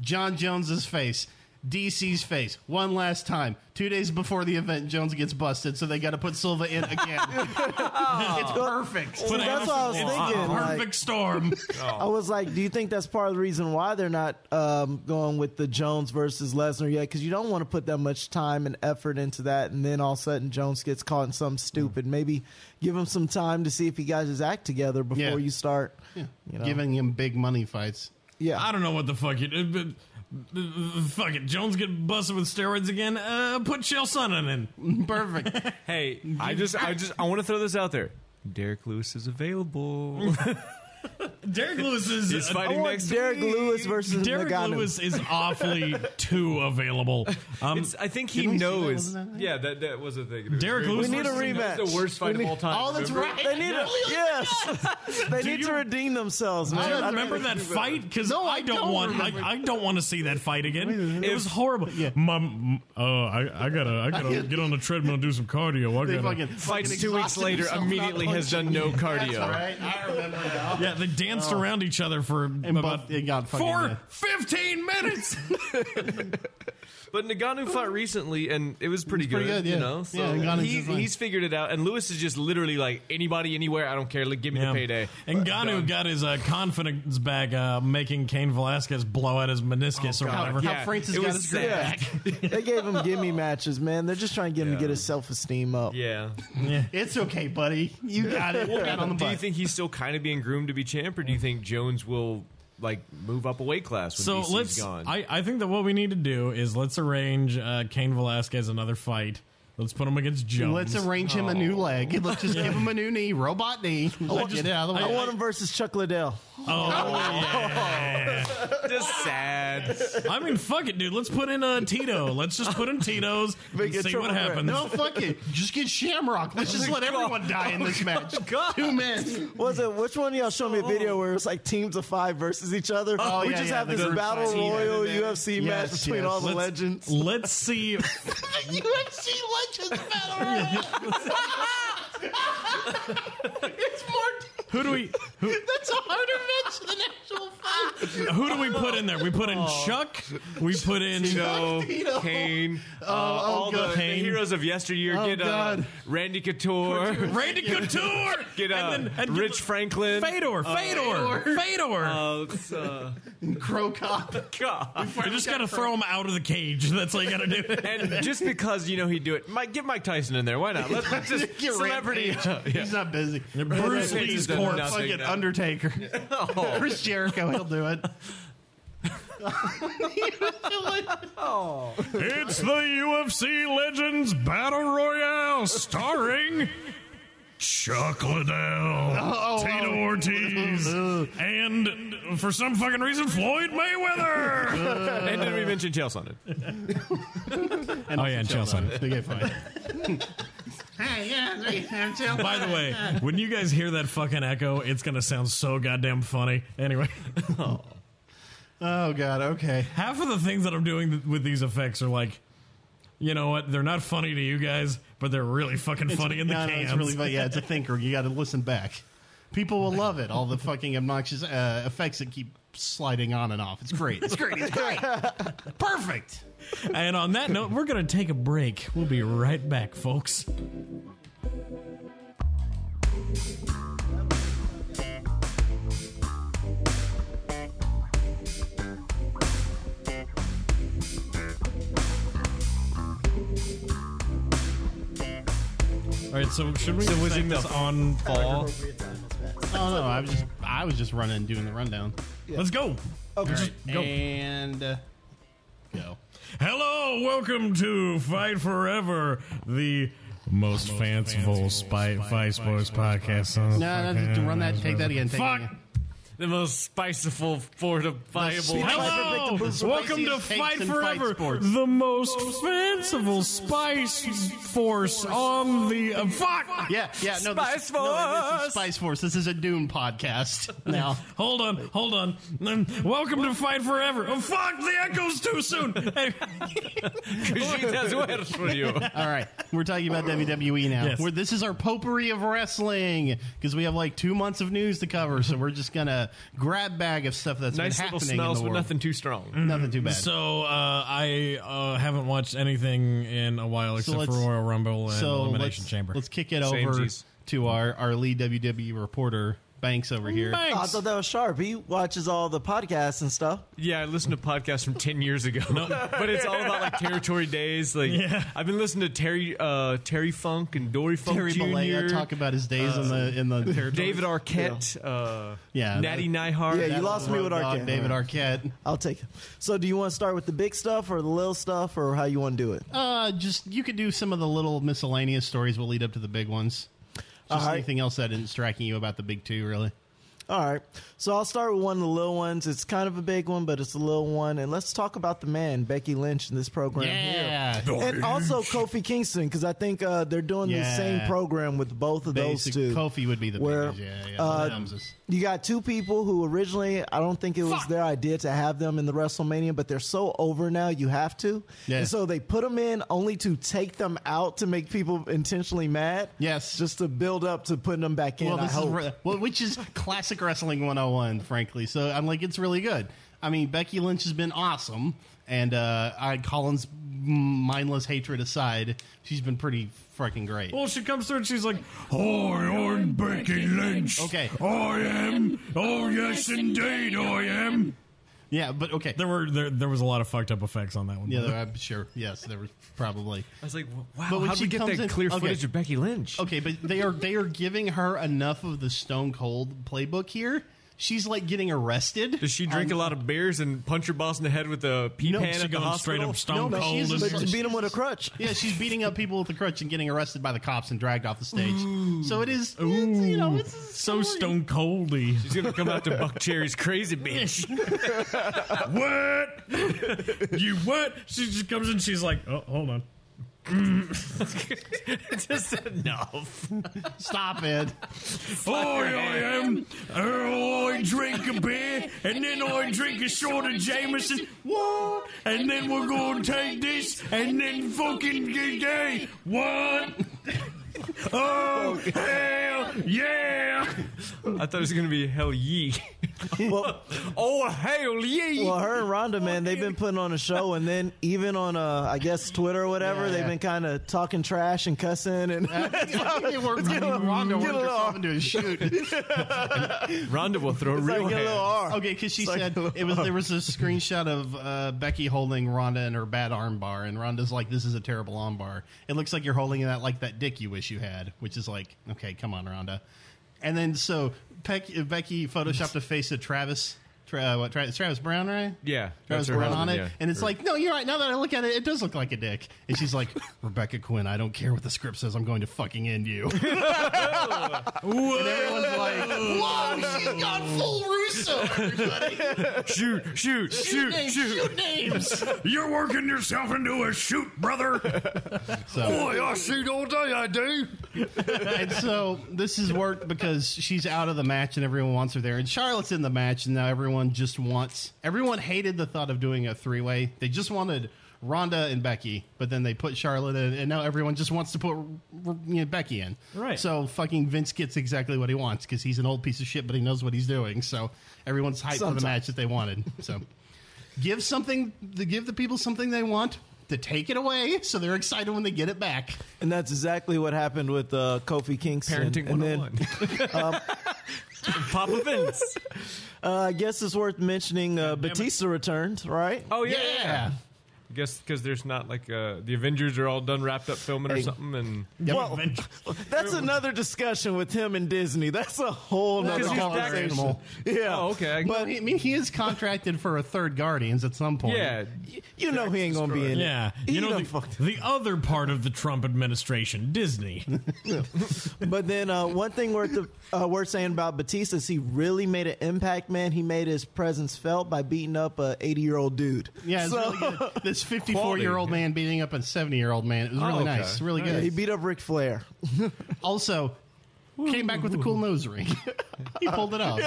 John Jones's face. DC's face one last time. Two days before the event, Jones gets busted, so they got to put Silva in again.
Oh.
it's perfect.
See, that's what I was
It's a
thinking. like-
Perfect storm.
Oh.
I was like, do you think that's part of the reason why they're not um, going with the Jones versus Lesnar yet? Because you don't want to put that much time and effort into that, and then all of a sudden Jones gets caught in something stupid. Maybe give him some time to see if he got his act together before
Yeah.
you start. You know?
Giving him big money fights.
yeah.
I don't know what the fuck you. Uh, uh, uh, fuck it. Jones get busted with steroids again. Uh, put Chael Sonnen in.
Perfect.
Hey, I just I just I want to throw this out there. Derek Lewis is available.
Derek Lewis is.
He's
uh,
I
fighting
want
next
Derek
week.
Lewis versus
Derek
Nagano.
Lewis is awfully too available. Um,
It's, I think he
Didn't we see that?
knows.
Wasn't that-
yeah, that, that was a thing. It was
Derek
very-
Lewis
We need a
versus Nagano.
rematch.
It was the worst fight
We
of
need-
all time.
Oh, that's
remember?
right.
They need a, yes. They need to redeem themselves,
I
man.
don't remember that fight because
No,
I,
I
don't,
don't
want
remember.
I, I don't want to see that fight again. It
If-
was horrible. Mom, uh, I, I gotta I gotta get on the treadmill and do some cardio. I
They
gotta,
fucking
Fights
fucking
two weeks
exhausted
later
himself,
immediately
not
has done no cardio.
All right, I remember now.
Yeah, they danced around each other for about
both- it got fucking-
for
yeah.
15 minutes.
But Nagano fought recently, and it was pretty,
pretty
good,
good, yeah.
You know, so
Yeah, Ngannou's
he,
just fine.
he's figured it out. And Lewis is just literally like anybody, anywhere. I don't care. Like, give me
Yeah.
the payday.
And Ganu
Done.
got his uh, confidence back, uh, making Kane Velasquez blow out his meniscus or
Oh, God,
whatever.
yeah.
How Francis
it
got
was
his
sad.
grip back.
They gave him gimme matches, man. They're just trying to get him to
Yeah.
get his self esteem up.
Yeah.
It's okay, buddy. You got it. Pat on the
do you
butt.
think he's still kind of being groomed to be champ, or do you think Jones will like move up a weight class when
So
DC's
let's.
gone?
I, I think that what we need to do is let's arrange uh, Kane Velasquez another fight. Let's put him against Jones.
Let's arrange him a new leg. Let's just give him a new knee, robot knee. Let's get it out of the
I
way.
want him versus Chuck Liddell.
just sad.
I mean, fuck it, dude. Let's put in uh, Tito. Let's just put in Tito's and
Make it
see what
triple threat.
happens.
no, fuck it. Just get Shamrock. Let's just let everyone die in this match. Two men.
Was it which one of y'all showed me a video where it was like teams of five versus each other?
Oh,
we
yeah,
just
yeah,
have
the
this
group
battle
fight.
royal
Yeah, yeah, yeah.
UFC
Yes,
match between
yes.
all the
Let's-
legends.
Let's see.
UFC Legends Battle Royale. it's more.
Who do we who,
That's a harder match than actual fight.
who do we put in there? We put in Chuck. We put in
Tito,
Tito.
Kane, uh, all the,
God.
the
Kane.
heroes of yesteryear.
Oh,
get uh,
God.
Randy Couture.
Randy Couture.
Get uh,
and then, and
Rich Franklin.
Fedor, Fedor, Fedor.
Uh, it's, uh,
Crow cop.
God.
you just gotta throw him out of the cage. That's all you gotta do.
And just because you know he'd do it, Mike, get Mike Tyson in there. Why not? Let's, let's just
Get
celebrity.
Rampage. He's uh, not busy.
Bruce
Rampage
Lee's
is done
Or
nothing
fucking
now.
Undertaker. Chris Jericho, he'll do it.
It's the UFC Legends Battle Royale starring Chuck Liddell,
Oh.
Tito Ortiz, and for some fucking reason, Floyd Mayweather.
and did we mention Chael Sonnen?
oh, yeah, and Chael Sonnen.
They get fine.
By the way, when you guys hear that fucking echo, it's going to sound so goddamn funny. Anyway,
Oh god. Okay.
half of the things that I'm doing th- with these effects are like, you know what? They're not funny to you guys, but they're really fucking funny in the
no,
cans.
no, it's really fun. Yeah, it's a thinker. You got to listen back. People will love it. All the fucking obnoxious uh, effects that keep sliding on and off. It's great. It's great. It's great. Perfect.
And on that note, we're going to take a break. We'll be right back, folks. All right, so should we
So was
set
it
this
the
on fall?
Appropriate time was best.
Oh no, I was just I was just running doing the rundown.
Let's go.
Oh,
Just
go.
and uh, go.
Hello, welcome to Fight Forever, the most, fanciful, spy, Fight Sports podcast. on the
No, no,
fucking
to run that. Take that again. Take
Fuck.
That again.
The most spiceful, fortifiable.
The
Hello!
Spiced
Welcome to
Spiced
Fight
Takes and
Forever,
Fight Sports.
the most fanciful spice force on the. Uh, fuck!
Yeah, yeah. No, this,
Spice
No, this
Force.
is Spice Force. This is a Dune podcast now.
Hold on, hold on. Mm, Welcome to Fight Forever. Oh, fuck! The echo's too soon! Hey,
Cositas huertas for you.
All right, we're talking about WWE now.
Yes.
We're, this is our potpourri of wrestling because we have like two months of news to cover, so we're just gonna grab bag of stuff that's
Nice
been
little
happening
smells,
in the
but
world.
nothing too strong.
nothing too bad.
so, uh, I uh, haven't watched anything in a while except for
let's-
Royal Rumble and
so
Elimination
let's,
Chamber.
let's kick it
Same
over
G's.
to our our lead WWE reporter Banks over here.
Thanks.
Oh, I thought that was sharp. He watches all the podcasts and stuff.
Yeah, I listened to podcasts from ten years ago, but it's all about like territory days. Like,
Yeah.
I've been listening to Terry uh, Terry Funk and Dory Funk
Terry
Jr.
Bollea talk about his days in the in the territory.
David Arquette, uh,
Yeah, that-
Natty Nyhart.
Yeah, you lost me with
Road Dogg,
Arquette.
David Arquette.
I'll take it. So, do you want to start with the big stuff or the little stuff or how you want to do it?
Uh, just you could do some of the little miscellaneous stories. Will lead up to the big ones. Just
right.
anything else that isn't striking you about the big two, really.
All right. So, I'll start with one of the little ones. It's kind of a big one, but it's a little one. And let's talk about the man, Becky Lynch, in this program here.
Yeah.
And also Kofi Kingston, because I think uh, they're doing the
Yeah.
same program with both of
Basic,
those two.
Kofi would be the
Where,
biggest. Yeah, yeah.
uh,
Adams is-
You got two people who originally I don't think it was their idea to have them in the WrestleMania, but they're so over now you have to.
Yeah.
And so they put them in only to take them out to make people intentionally mad.
Yes.
Just to build up to putting them back in.
well,
I
this is
hope.
re- well, which is classic wrestling 101, frankly. So I'm like, it's really good. I mean, Becky Lynch has been awesome, and uh, I Collins' mindless hatred aside, she's been pretty freaking great.
Well, she comes through and she's like, "Oh, I'm Becky Lynch.
Okay.
I am. Oh, yes, indeed, I am."
Yeah, but okay.
There were there, there was a lot of fucked up effects on that one.
Yeah, I'm sure. Yes, there was probably.
I was like, wow,
But when
how did
she
we get
comes
that
in-
clear
okay.
footage of Becky Lynch?
Okay, but they are they are giving her enough of the Stone Cold playbook here. She's like getting arrested.
Does she
Um,
drink a lot of beers and punch her boss in the head with a pea
No,
pan
she
at the
goes
hospital?
straight up stone
No, but
cold.
she's
and-
a-
But you beat them with a crutch.
Yeah, she's beating up people with a crutch and getting arrested by the cops and dragged off the stage. So it is, it's, you know, it's a
so
story.
stone coldy.
She's gonna come out to Buck Cherry's crazy bitch.
what? you what? She just comes in. She's like, "Oh, hold on."
Just enough.
Stop it!
Oh, I am. Oh, I drink a beer and then I drink a shot of Jameson. What? And then we're gonna take this and then fucking get gay. What? Oh, hell yeah!
I thought it was gonna be hell ye.
Well,
Oh hell ye!
well, her and Rhonda, man, they've been putting on a show, and then even on, uh, I guess, Twitter or whatever,
Yeah,
they've
yeah.
been kind of talking trash and cussing. And
I think they were
get a little-
Ronda
get a
worked
little-
herself into a shoot.
Rhonda will throw real
like a little
hands.
R.
Okay, because she said it was there was a screenshot of uh, Becky holding Ronda in her bad armbar, and Ronda's like, "This is a terrible armbar. It looks like you're holding that like that dick you wish you had," which is like, "Okay, come on, Ronda." And then so Peck, uh, Becky photoshopped a face of Travis. Tra- uh, what, Travis, Travis Brown, right?
Yeah, that's
Travis
her
Brown
husband,
on it.
yeah.
And it's
Her-
like, no, you're right. Now that I look at it, it does look like a dick. And she's like, Rebecca Quinn, I don't care what the script says. I'm going to fucking end you. and everyone's like, whoa, she's gone full Russo, everybody.
shoot, shoot, shoot,
names,
shoot.
shoot names.
You're working yourself into a shoot, brother.
So,
Boy, I shoot all day, I do.
and so this has worked because she's out of the match and everyone wants her there. And Charlotte's in the match and now everyone just wants. Everyone hated the thought of doing a three way. They just wanted Ronda and Becky, but then they put Charlotte in, and now everyone just wants to put you know, Becky in.
Right.
So fucking Vince gets exactly what he wants because he's an old piece of shit, but he knows what he's doing. So everyone's hyped for
Sometimes.
the match that they wanted. So give something, to give the people something they want. To take it away, so they're excited when they get it back.
And that's exactly what happened with uh, Kofi Kingston.
Parenting
and then um,
101. Papa Vince.
uh, I guess it's worth mentioning uh, Batista returned, right?
Oh yeah. yeah. yeah. I guess because there's not like uh, the Avengers are all done wrapped up filming or
Hey.
something, and
Well, that's another discussion with him and Disney. That's a whole nother
'Cause he's back-
conversation. Yeah.
oh okay, I-
But I mean, he is contracted for a third Guardians at some point.
yeah,
You know he ain't gonna be in it.
Yeah,
He
you know
done
the,
fucked-
the other part of the Trump administration, Disney.
But then uh, one thing worth the, uh, worth saying about Batista is he really made an impact, man. He made his presence felt by beating up a 80 year old dude.
yeah. It's
so
really good. This fifty-four-year-old
Quality,
man beating up a seventy-year-old man. It was really
okay.
nice. Really
Oh, yeah,
good.
he beat up Ric Flair.
Also. Came back with a cool nose ring. he pulled it off.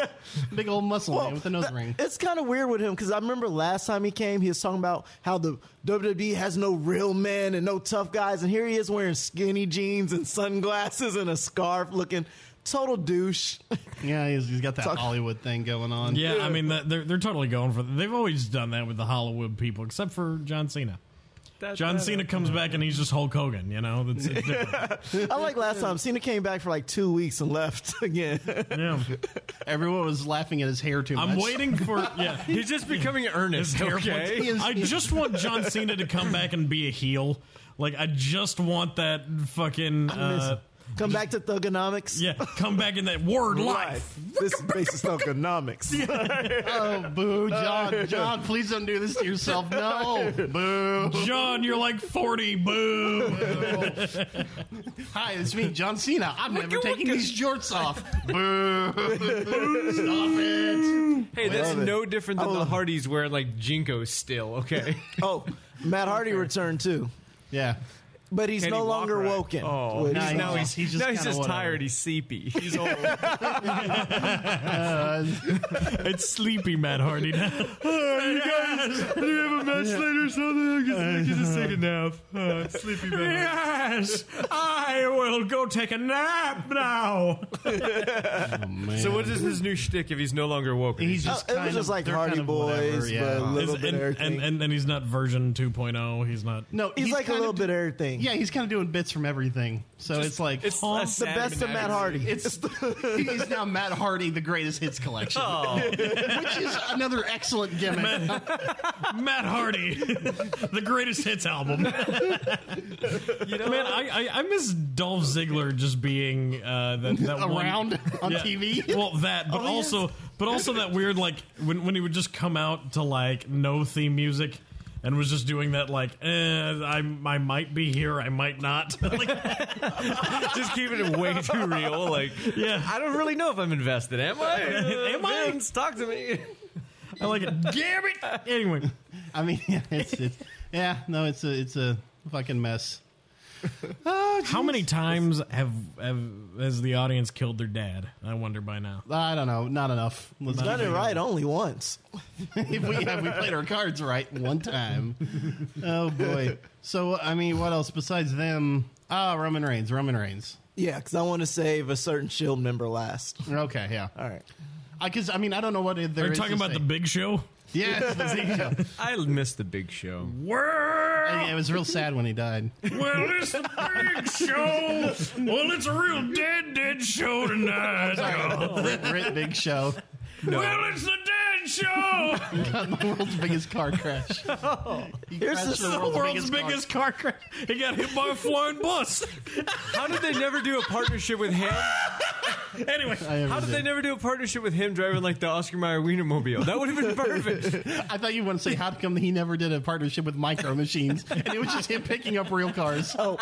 Big old muscle man with a nose
that-
ring.
It's kind of weird with him because I remember last time he came, he was talking about how the WWE has no real men and no tough guys, and here he is wearing skinny jeans and sunglasses and a scarf, looking total douche.
Yeah, he's, he's got that
Talk-
Hollywood thing going on.
Yeah, I mean that, they're they're totally going for. They've always done that with the Hollywood people, except for John Cena. John Cena comes back and he's just Hulk Hogan. You know, that's it's different.
I like last time Cena came back for like two weeks and left again.
Yeah.
Everyone was laughing at his hair too much.
I'm waiting for yeah.
He's just becoming earnest.
Hair
Okay,
points. I just want John Cena to come back and be a heel. Like I just want that fucking uh,
Come back to thugonomics.
yeah. Come back in that word life.
life. This is basis thugonomics.
Oh, boo, John! John, please don't do this to yourself. No, boo.
John, you're like 40. Boo.
Hi, it's me, John Cena. I'm never taking these jorts off. Boo! Stop it!
hey, that's
love it.
no different than the Hardys wearing like jinkos still. Okay,
Oh, Matt Hardy returned too,
Yeah,
but he's
Can
no
he walk
longer
right?
woken.
Oh,
which-
Nah, he's
now
not.
he's,
He's just
now he's
kinda
just
whatever.
tired. He's sleepy. He's old.
It's sleepy Matt Hardy now.
Do you have a match later or something? I can just take a nap. Uh, sleepy man.
Yes, I will go take a nap now.
So what is his new shtick if he's no longer woken?
he's
Oh,
just.
it
kind
was
of-
just like
they're
Hardy
kind of
Boys,
whatever,
but a
yeah.
little bit
and,
of everything.
and, and, and he's not version 2.0. He's not.
No,
he's, like a
kind
little
of
bit
do-
of everything.
Yeah, he's kind of doing bits from everything. So it's like
it's
Oh,
a
the
the
sad
best of Matt
menagerie.
Hardy.
it's he's now Matt Hardy, the greatest hits collection,
Oh.
which is another excellent gimmick.
Matt Hardy, the greatest hits album.
You know,
Man, I, I, I miss Dolph Ziggler just being uh, that, that one-
Around on
Yeah.
TV.
Well, that, but also, but also that weird like when when he would just come out to like no theme music. And was just doing that, like, eh, I, I might be here, I might not. like,
just keeping it way too real. Like,
Yeah.
I don't really know if I'm invested. Am I? Uh,
Am I?
Vince, talk to me.
I like it. Damn it! Anyway,
I mean, yeah, it's, it's yeah, no, it's a it's a fucking mess.
Ah,
how many times have, have has the audience killed their dad? I wonder by now.
I don't know, not enough. Let's
Done it right only once.
if we have we played our cards right one time. Oh boy. So I mean, what else besides them? Ah, Roman Reigns. Roman Reigns.
Yeah, because I want to save a certain Shield member last.
Okay, yeah.
All right.
Because I mean, I don't know what there
Are you
is
talking
to
about
say.
the Big Show?
Yes, the Zeke show.
I miss the Big Show.
Well,
And it was real sad when he died.
well, it's the Big Show. Well, it's a real dead, dead show tonight.
Rip, rip, big show.
Well, it's the dead show.
World's biggest car crash. He
Here's
crashed
the
World's biggest car crash. He got hit by a flying bus.
How did they never do a partnership with him?
anyway,
How did they never do a partnership with him driving like the Oscar Mayer Wienermobile? That would have been perfect.
I thought you want to say how come he never did a partnership with Micro Machines, and it was just him picking up real cars.
Oh,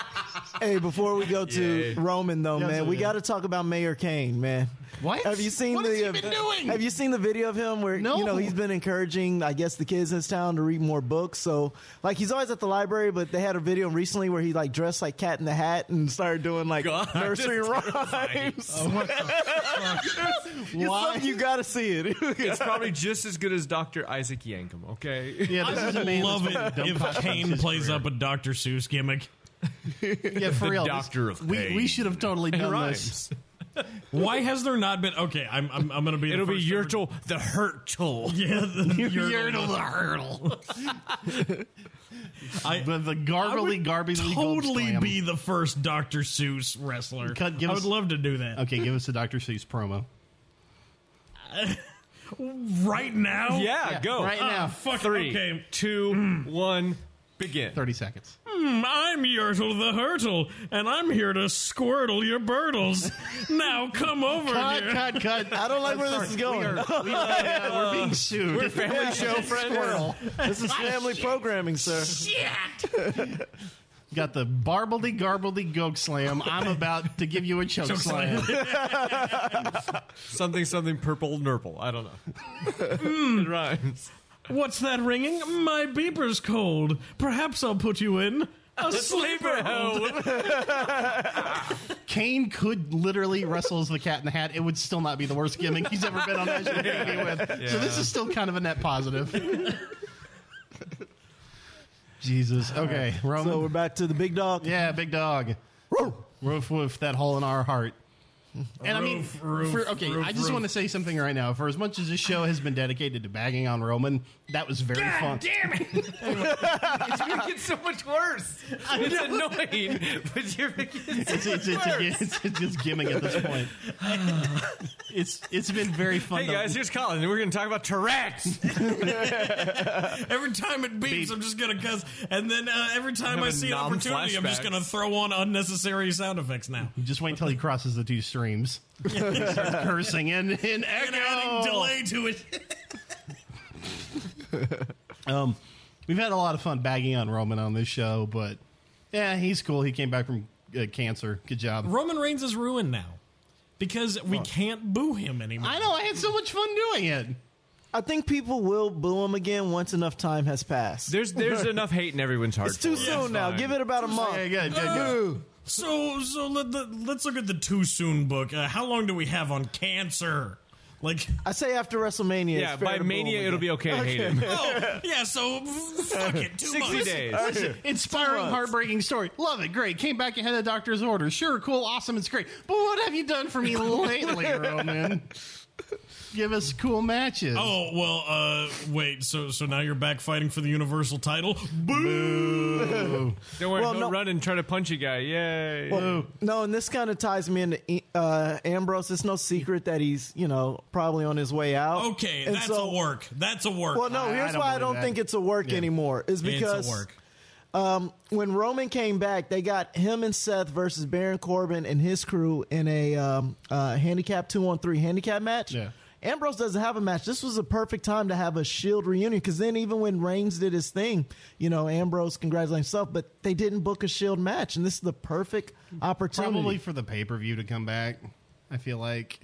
hey, before we go to
Yeah.
Roman though,
Yes,
man, we
yeah.
got to talk about Mayor Kane, man.
What?
Have you seen
What
the? uh,
has he been doing?
Have you seen the video of him where
No.
you know he's been encouraging, I guess, the kids in his town to read more books. So like he's always at the library, but they had a video recently where he like dressed like Cat in the Hat and started doing like
God,
nursery
that's
rhymes.
Oh,
It's
Why?
something- you got to see it.
It's probably just as good as Dr. Isaac Yankum, okay?
Yeah, this is a man
love
that's
it
been dumb cock
if Kane
since his
plays
career.
up a Dr. Seuss gimmick.
Yeah, for real. this-
doctor of
we,
pain.
we should have totally
It
done this.
rhymes.
Why has there not been? Okay, I'm I'm, I'm gonna be. the
It'll be
first to-
Yertle the Hurt Toll.
Yeah, the
You're
Yertle.
the hurdle.
I,
But the
I
garbly
would
garbly gold
totally
slam.
be the first Dr. Seuss wrestler.
Cut- give
I
us-
would love to do that
Okay, give us a Dr. Seuss promo.
right now.
Yeah, go.
Right
Ah,
now.
fuck.
Three,
Okay.
two, one, begin.
30 seconds.
Mm, I'm Yertle the Hurtle, and I'm here to squirtle your birdles. now come over
Cut,
here.
cut, cut.
I don't like where this is going.
We are, yeah, we're being sued. We're
Family show friend.
squirrel.
this is family programming, sir.
Got the barbledy garbledy goat slam. I'm about to give you a choke,
Choke
slam.
slam.
Something, something, purple, nurple. I don't know. It rhymes.
What's that ringing? My beeper's cold. Perhaps I'll put you in a sleeper hold.
Kane could literally wrestle as the cat in the hat. It would still not be the worst gimmick he's ever been on national TV with. So this is still kind of a net positive. Jesus. Okay, Roman.
So we're back to the big dog.
yeah, big dog. Roof woof that hole in our heart. And I mean,
Roof, roof,
for, okay,
roof,
I just
roof.
want to say something right now. For as much as this show has been dedicated to bagging on Roman, that was very fun.
damn it!
It's making it so much worse. It's annoying, but you're making it so
It's, it's, it's, it's, it's, just gimming at this point. it's it's been very fun.
Hey
to-
guys, here's Colin, and we're going to talk about Tourette's.
Every time it beeps,
Beep.
I'm just gonna cuss, and then uh, every time
Have
I
a
see an
nom
opportunity, I'm just
flashbacks.
gonna throw on unnecessary sound effects now.
Just wait until he crosses the two streams. Starts cursing and, and
And adding
echo.
delay to it.
Um, we've had a lot of fun bagging on Roman on this show, but yeah, he's cool. He came back from uh, cancer. Good job.
Roman Reigns is ruined now because we can't boo him anymore.
I know. I had so much fun doing it.
I think people will boo him again once enough time has passed.
There's there's enough hate in everyone's heart.
it's too
for it.
soon
It's
now.
fine.
Give it about a month.
Yeah, good, good, good.
So, so let the, let's look at the too soon book. Uh, how long do we have on cancer? Like,
I say after WrestleMania.
Yeah,
it's fair
by
to boo
Mania,
him
it'll
again.
be okay to hate him.
oh yeah, so fuck it, two
60
months.
days.
Inspiring, heartbreaking story. Love it. Great. Came back ahead of doctor's order. Sure, cool, awesome. It's great. But what have you done for me lately, Roman? Give us cool matches.
Oh well, uh, wait. So, so now you're back fighting for the universal title. Boo!
Don't worry,
Well,
don't
no-
run and try to punch a guy. Yay.
No, and this kind of ties me into uh, Ambrose. It's no secret that he's, you know, probably on his way out.
Okay,
And
that's
so-
a work. That's a work.
Well, no,
I- I
here's
don't
why I
believe
don't
that.
think it's a work anymore. Is
it's
because
a work.
when Roman came back, they got him and Seth versus Baron Corbin and his crew in a um, uh, handicap two on three handicap match.
Yeah.
Ambrose doesn't have a match. This was a perfect time to have a Shield E reunion because then even when Reigns did his thing, you know Ambrose congratulated himself, but they didn't book a Shield E match, and this is the perfect opportunity.
Probably for the pay per view to come back. I feel like.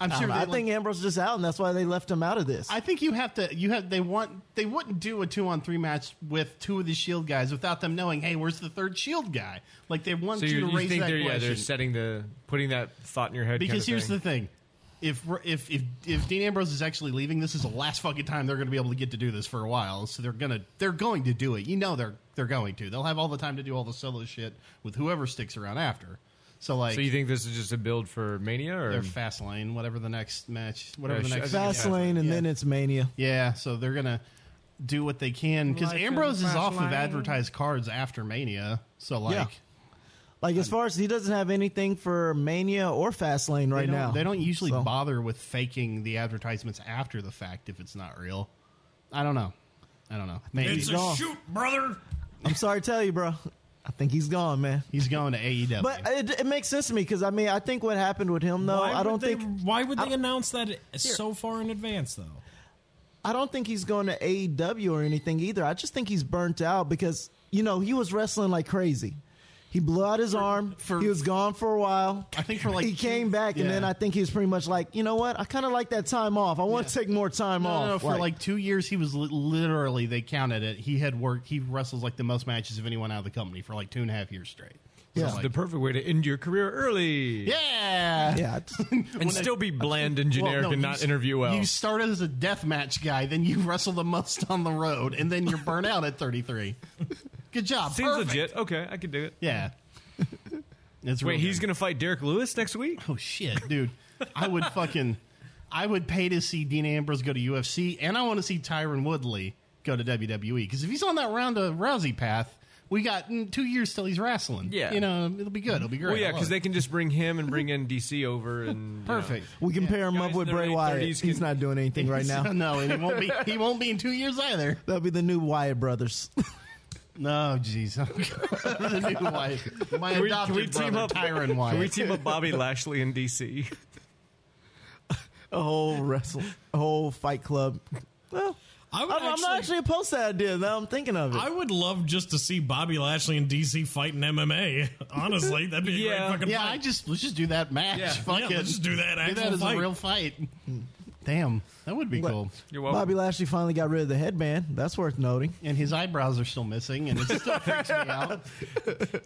I'm
I,
sure.
don't know.
they
I
like-
think Ambrose is just out, and that's why they left him out of this.
I think you have to. You have. They want. They wouldn't do a two on three match with two of the Shield guys without them knowing. Hey, where's the third Shield guy? Like they want
So
you
you,
to
you
raise
think
that
they're, yeah,
question.
they're setting the, putting that thought in your head.
because
kind of
here's the thing: if we're- if if if Dean Ambrose is actually leaving, this is the last fucking time they're going to be able to get to do this for a while. So they're gonna they're going to do it. You know they're they're going to. They'll have all the time to do all the solo shit with whoever sticks around after. So like
So you think this is just a build for Mania? or
they're fast lane, whatever the next match, whatever
Yeah,
the
I
next
think it's
Fast lane, and
Yeah.
then it's Mania.
Yeah, so they're gonna do what they can because Ambrose is off of advertised cards after Mania. So like,
Yeah. Like as far as he doesn't have anything for Mania or Fastlane
they
right
don't,
now.
they don't usually
So-
bother with faking the advertisements after the fact if it's not real. I don't know. I don't know. Maybe
It's a
Gone.
shoot, brother.
I'm sorry to tell you, bro. I think he's gone, man.
He's going to E AEW.
But uh, it, it makes sense to me because I mean I think what happened with him though
Why
I
would
don't
they-
think
Why would
I
they
don't-
announce that so far in advance, though?
I don't think he's going to AEW or anything either. I just think he's burnt out because you know he was wrestling like crazy. He blew out his arm.
for-
he was gone for a while.
I think for like
he came back, and
Yeah.
then I think he was pretty much like, you know what? I kind of like that time off. I want to take more time
No,
off.
no, no, for like, two years, he was li- literally they counted it. He had worked. He wrestles like the most matches of anyone out of the company for like two and a half years straight. So,
Yeah.
like,
the perfect way to end your career early.
yeah,
yeah, I just-
and still be bland and
Well,
generic
no,
and
you
not
s-
interview well.
You started as a deathmatch guy, then you wrestle the most on the road, and then you're burnt out at 33. Good job.
Seems
Perfect.
legit. Okay, I can do it.
Yeah. It's
Wait,
real
he's
good.
gonna fight Derek Lewis next week.
Oh shit, dude! I would fucking, I would pay to see Dean Ambrose go to UFC, and I want to see Tyron Woodley go to WWE because if he's on that round of Rousey path, we got mm, two years till he's wrestling.
Yeah.
you know it'll be good. It'll be great.
Well,
I
yeah,
love
because
it.
they can just bring him and bring in DC over and you know.
perfect.
we can pair him
Guys
up
in
with
their
Bray
late
Wyatt.
30s
He's
can-
not doing anything right now.
no, and he won't be. He won't be in two years either.
That'll be the new Wyatt brothers.
No, jeez. the new wife, my
Can we,
adopted
can we team
brother,
up
Tyron Wyatt.
Can we team up Bobby Lashley and DC?
a whole wrestle, a whole Fight Club. Well,
I would
I'm, I'm not
actually-
actually opposed to that idea. Now I'm thinking of it.
I would love just to see Bobby Lashley and DC fighting MMA. Honestly, that'd be a
Yeah.
great fucking
yeah,
fight.
I just let's just do that match.
Yeah.
Fuck
Yeah,
it.
let's just do that
Do that
actual
as
fight.
a real fight. Damn, that would be cool.
You're welcome.
Bobby Lashley finally got rid of the headband. That's worth noting.
and his eyebrows are still missing, and it still freaks me out.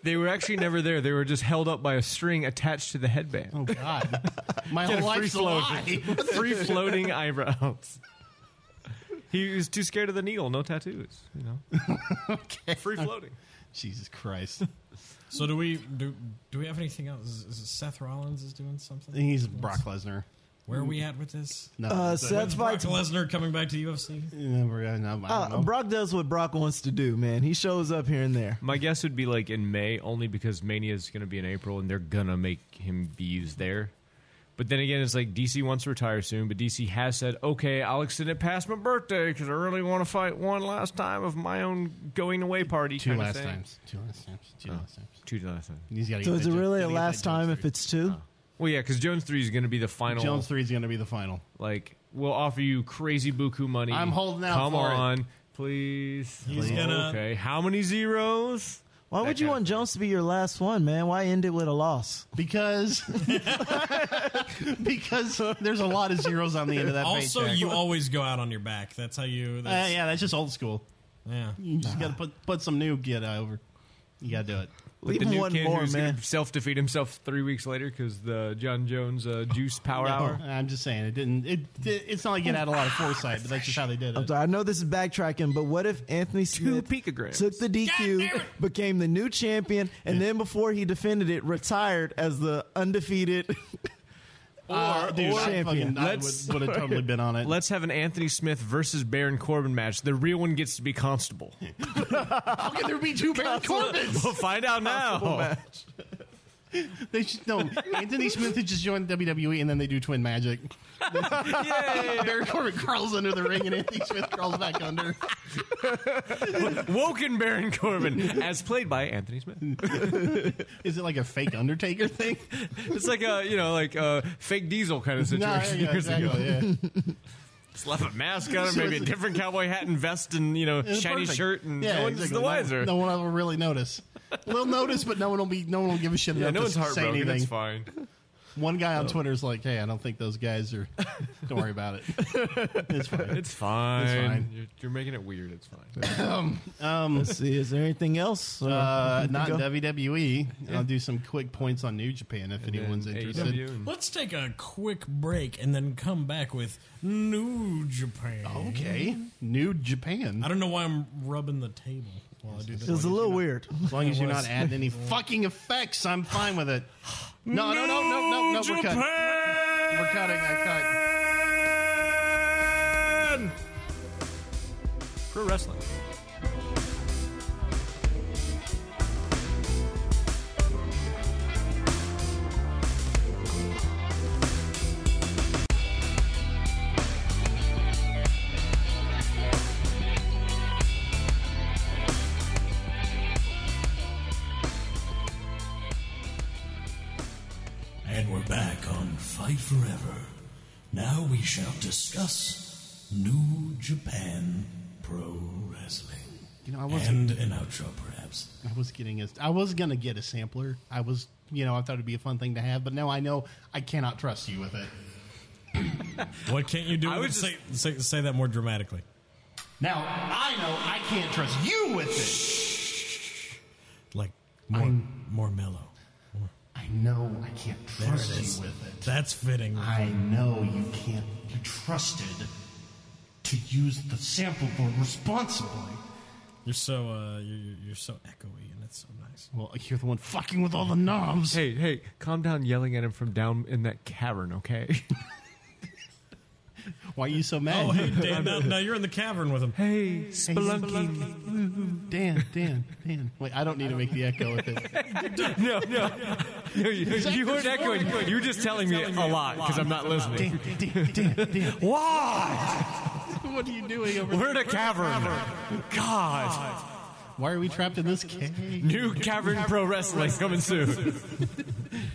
They were actually never there. They were just held up by a string attached to the headband.
Oh God, my
Get
whole
a free
life's a
floating,
lie.
free floating eyebrows. He was too scared of the needle. No tattoos. You know, free floating.
Jesus Christ,
So do we do? Do we have anything else? Is, is it Seth Rollins is doing something?
he's Brock Lesnar.
Where are we at with this?
No,
Uh,
it's a-
Seth
Brock
fights.
Lesnar coming back to UFC.
no, we're- no, I don't
Uh,
know.
Brock does what Brock wants to do, man. He shows up here and there.
My guess would be like in May, only because Mania is going to be in April, and they're gonna make him be used there. But then again, it's like DC wants to retire soon, but DC has said, "Okay, I'll extend it past my birthday because I really want to fight one last time of my own going away party."
two
kinda Oh.
last
thing.
times, two last times, two last times.
Two last times.
He's gotta
So
get
is
that
it
Jones-
really a
gotta get
last
that Jones
time if
three.
it's two?
Well, yeah, because Jones three is going to be the final.
Jones three is going to be the final?
Like, we'll offer you crazy buku money.
I'm holding out
Come
for it.
on, please.
He's gonna-
Okay, how many zeros?
Why would you
kind of
want Jones to be your last one, man? Why end it with a loss?
Because because there's a lot of zeros on the end of that.
Also,
paycheck.
you always go out on your back. That's how you.
Uh,
That's,
yeah, that's just old school.
yeah.
You just got to put put some new get over. You got to do it.
Leave him one more, man.
Self defeat himself three weeks later because the John Jones uh, juice power hour.
I'm just saying it didn't. It, it it's not like it had a lot of foresight, but that's just how they did
I'm
it.
sorry, I know this is backtracking, but what if Anthony
Two
Smith
picograms.
took the
God damn
DQ,
it!
became the new champion, and then before he defended it, retired as the undefeted?
Uh, dude,
or-
I, fucking,
champion.
I would,
Let's-
would have totally been on it.
Let's have an Anthony Smith versus Baron Corbin match. The real one gets to be Constable.
How could there be two Baron Corbins?
We'll find out now.
They should, no, Anthony Smith had just joined WWE, E and then they do Twin Magic.
Yay!
Baron Corbin crawls under the ring, and Anthony Smith crawls back under.
Woken Baron Corbin, as played by Anthony Smith.
Is it like a fake Undertaker thing?
It's like a you know like a fake Diesel kind of situation.
yeah,
years ago.
exactly, yeah.
Slap a mask on him, maybe a different cowboy hat and vest and, you know,
It's
shiny
perfect.
shirt, and
Yeah,
no one's
exactly.
the wiser.
No, one will really notice. They'll notice, but no one will be. No one will give a shit
yeah,
enough
no
to
one's
say
heartbroken. That's
anything.
fine.
One guy
Oh.
on Twitter's like, "Hey, I don't think those guys are. Don't worry about it. It's fine."
It's fine.
fine.
You're, you're making it weird. It's fine.
Let's see, is there anything else? Or-
Um, Uh, not
Go.
WWE. I'll do some quick points on New Japan if anyone's
And
interested.
AEW and-
Let's take a quick break and then come back with New Japan.
Oh. Okay, New Japan.
I don't know why I'm rubbing the table while I do
it was
this.
a little weird.
As long as you're
was.
not adding any fucking effects, I'm fine with it. Oh, No, no, no, no, no, no. We're cutting. We're cutting. I cut.
Pro wrestling.
shall discuss New Japan Pro Wrestling.
You know, I was-
and an outro, perhaps.
I was getting a. I was gonna get a sampler. I was, you know, I thought it'd be a fun thing to have, but now I know I cannot trust you with it.
What can't you do?
I would
say, say, say that more dramatically.
Now I know I can't trust you with it.
Like more,
I'm-
more mellow.
I know I can't
There
trust
it is.
you with it.
That's fitting.
I know you can't be trusted to use the sample board responsibly.
You're so uh, you're, you're- you're so echoey, and it's so nice.
Well, you're the one fucking with all the knobs.
Hey, hey, calm down yelling at him from down in that cavern, okay?
Why are you so mad?
Oh, hey, Dan, now, now you're in the cavern with him.
hey,
Hey,
Spelunky.
Dan, Dan, Dan. Wait, I don't need to make the echo with it.
No, no. no you, you weren't echoing. You were just telling me a lot because I'm not listening.
Dan, Dan, Dan, Dan.
Why?
What are you doing over
We're in a cavern. God.
Why are we trapped in this cave?
New Cavern Pro Wrestling coming soon.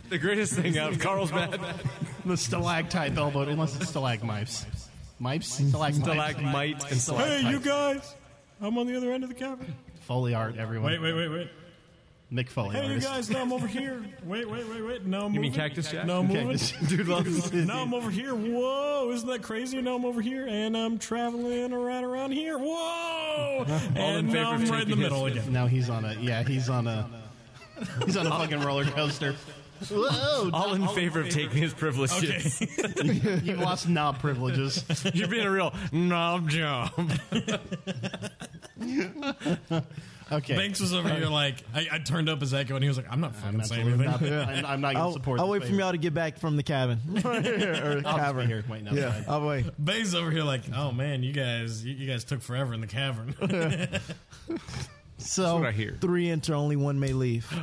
the greatest thing out of Carlsbad.
The stalactite elbowed, unless it's stalagmites. Mipes? Stalagmites.
Stalagmite and stalactite.
Hey, you guys! I'm on the other end of the cavern.
Foley art, everyone.
Wait, wait, wait, wait.
Mick Foley
Hey, you
artist.
guys! Now I'm over here. Wait, wait, wait, wait. Now I'm
You mean
moving.
Cactus Jack?
Now I'm
Okay,
moving.
this dude loves
Now I'm over here. Whoa! Isn't that crazy? Now I'm over here, and I'm traveling right around here. Whoa! and
in favor
now
of
I'm right in the
taking
middle
his-
again.
Now he's on a, yeah, he's on a, he's on a fucking roller coaster. Whoa,
All in favor of taking his
Okay.
privileges.
you lost knob privileges.
You're being a real knob job.
Okay.
Banks was over here like I, I turned up his echo, and he was like, "I'm not fucking saying
Absolutely
anything."
not. I'm, I'm not going to
I'll,
support
I'll
this
wait for
favor.
y'all to get back from the cabin. or
I'll just be
cavern.
here waiting
Yeah,
outside.
I'll wait.
Bay's over here like, oh man, you guys, you, you guys took forever in the cavern.
So,
what I hear.
Three enter, only one may leave.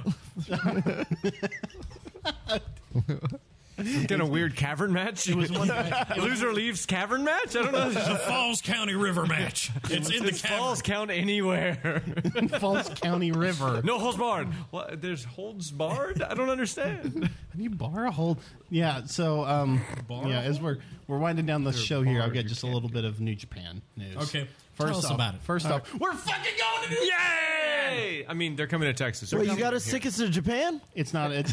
Get a weird cavern match. Loser leaves cavern match. I don't know.
the Falls County River match. It's in the cavern.
Falls count anywhere.
Falls County River.
No holds barred. What? There's holds barred. I don't understand.
Can you bar a hold? Yeah. So, um, yeah, as we're we're winding down the show here, I'll get just a little bit of New Japan news.
Okay.
First
Tell us
off,
about it.
First off, we're fucking going to New.
Yay! I mean, they're coming to Texas.
Wait, you got us tickets to Japan?
It's not. It's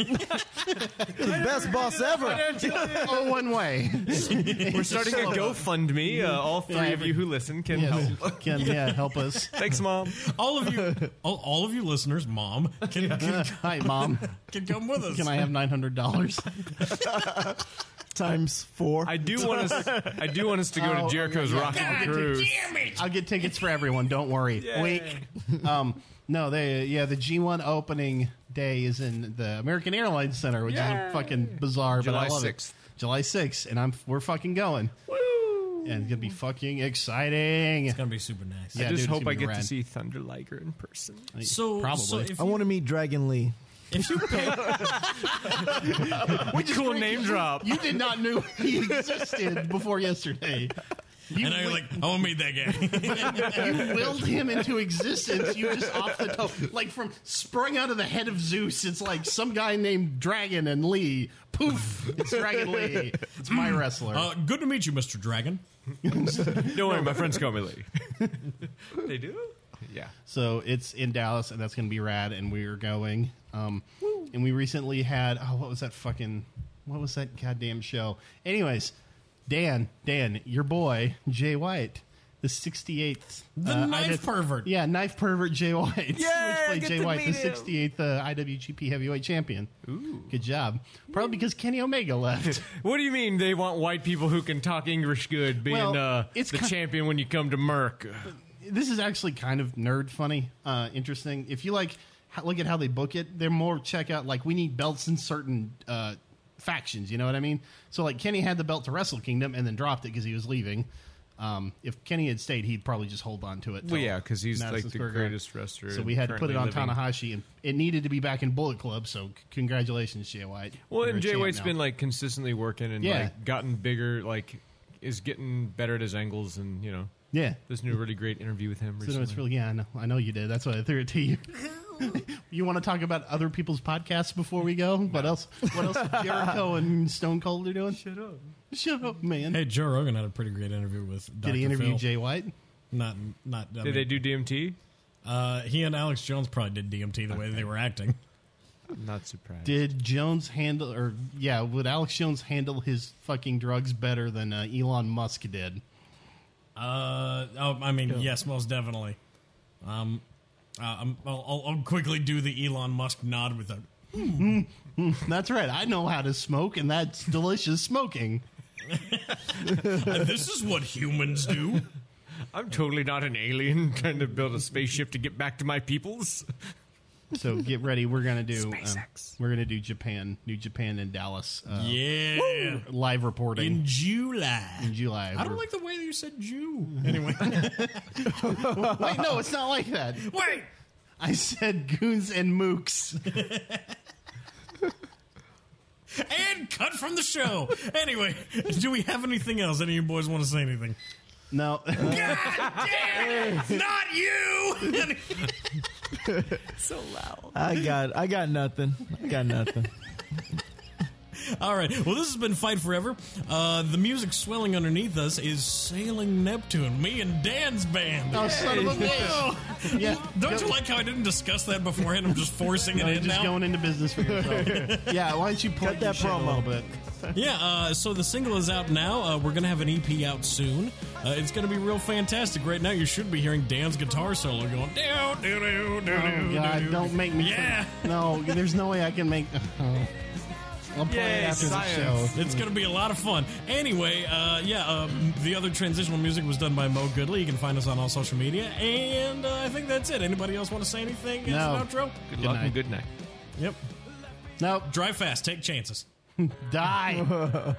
The best boss ever.
Oh,
all one way.
We're starting a GoFundMe. Uh, all three
Yeah,
of you who listen can
Mm-hmm. Yes.
help.
Can, yeah, help us.
Thanks, mom.
all of you, all, all of you listeners, mom can can,
Hi, mom.
can come with us.
Can I have nine hundred dollars?
Times four.
I do want us. I do want us to go
Oh,
to Jericho's
yeah, yeah.
Rocket
God,
Cruise.
I'll get tickets for everyone. Don't worry. Week. Um, no, they yeah. The G one opening day is in the American Airlines Center, which is a fucking bizarre.
July
but I love
6th.
it. July sixth, and I'm we're fucking going. Woo! And it's gonna be fucking exciting.
It's gonna be super nice.
Yeah,
I just
dude, it's
hope
gonna
I
be
get to
rad.
see Thunder Liger in person.
So,
Probably.
so if,
I want to meet Dragon Lee.
if you pay,
cool name drop.
You did not know he existed before yesterday. You,
and I
wi-
was like, I want to meet that guy.
you willed him into existence. You just off the top, like from sprung out of the head of Zeus. It's like some guy named Dragon and Lee. Poof! It's Dragon Lee. It's my wrestler.
Uh, good to meet you, Mr. Dragon.
Don't worry, my friends call me Lee. they do? Yeah.
So it's in Dallas, and that's going to be rad. And we are going. Um, and we recently had oh, what was that fucking? What was that goddamn show? Anyways, Dan, Dan, your boy Jay White, the sixty eighth,
The knife pervert.
yeah, knife pervert Jay White,
Yeah,
which played
get
Jay
to
White, the
meet him.
sixty eighth uh, IWGP Heavyweight Champion. Ooh, good job. Probably because Kenny Omega left.
What do you mean they want white people who can talk English good being
Well,
uh,
it's
the
ki-
champion when you come to Merck?
this is actually kind of nerd funny, uh, interesting. If you like, ho- look at how they book it. They're more check out like we need belts in certain uh, factions. You know what I mean? So like Kenny had the belt to Wrestle Kingdom and then dropped it because he was leaving. Um, if Kenny had stayed, he'd probably just hold on to it.
Well,
till
yeah, 'cause he's,
Madison
like, the
Square Garden.
greatest wrestler
So we had to put it on
currently living.
Tanahashi, and it needed to be back in Bullet Club. So c- congratulations, Jay White.
Well,
You're
and
a
Jay
champ
White's
now.
been like consistently working and
Yeah.
like gotten bigger, like is getting better at his angles and you know.
yeah.
This new really great interview with him
So no,
recently.
it's really yeah. I know, I know you did. That's why I threw it to you. you want to talk about other people's podcasts before we go? What else? What else? Jericho and Stone Cold are doing? Shut up. Shut up, man.
Hey, Joe Rogan had a pretty great interview with Dr.
Did he interview
Phil.
Jay White?
Not, not. I
Did
mean,
they do DMT?
Uh, he and Alex Jones probably did DMT the way they were acting.
I'm not surprised.
Did Jones handle, or yeah, would Alex Jones handle his fucking drugs better than uh, Elon Musk did?
Uh, oh, I mean, yes, most definitely. Um, uh, I'm, I'll, I'll- I'll quickly do the Elon Musk nod with a.
That's right. I know how to smoke, and that's delicious smoking.
This is what humans do.
I'm totally not an alien trying to build a spaceship to get back to my peoples.
So get ready. We're gonna do. um, we're gonna do Japan, New Japan, and Dallas uh,
Yeah,
live reporting
in
in,
July.
July.
I don't
We're-
like the way that you said Jew. Anyway,
Wait, no, it's not like that.
wait.
I said goons and mooks.
And cut from the show. Anyway, do we have anything else? Any of you boys want to say anything?
No,
God damn it! Not you!
I got I got nothing. I got nothing.
All right. Well, this has been Fight Forever. Uh, the music swelling underneath us is Sailing Neptune, me and Dan's band.
oh, son of a bitch.
Oh,
Yeah,
don't you like how I didn't discuss that beforehand? I'm just forcing it
No, you're
in
just
now.
going into business for yourself. yeah, why don't you plug
Cut that
your shit a
promo.
little bit?
Yeah, uh, so the single is out now. Uh, we're going to have an EP out soon. Uh, it's going to be real fantastic. Right now, you should be hearing Dan's guitar solo going, doo, doo, doo, doo,
Oh
doo,
God,
doo.
don't make me.
Yeah.
No, there's no way I can make. I'll play
Yay,
it after the
science.
show.
It's going to be a lot of fun. Anyway, uh, yeah, uh, the other transitional music was done by Mo Goodley. You can find us on all social media. And uh, I think that's it. Anybody else want to say anything as
No.
an outro?
Good luck
night.
and good night.
Yep.
Nope,
Drive fast, take chances.
die.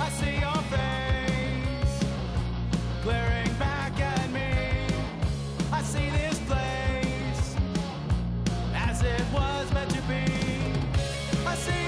I see your face glaring back at me. I see this place as it was meant to be. I see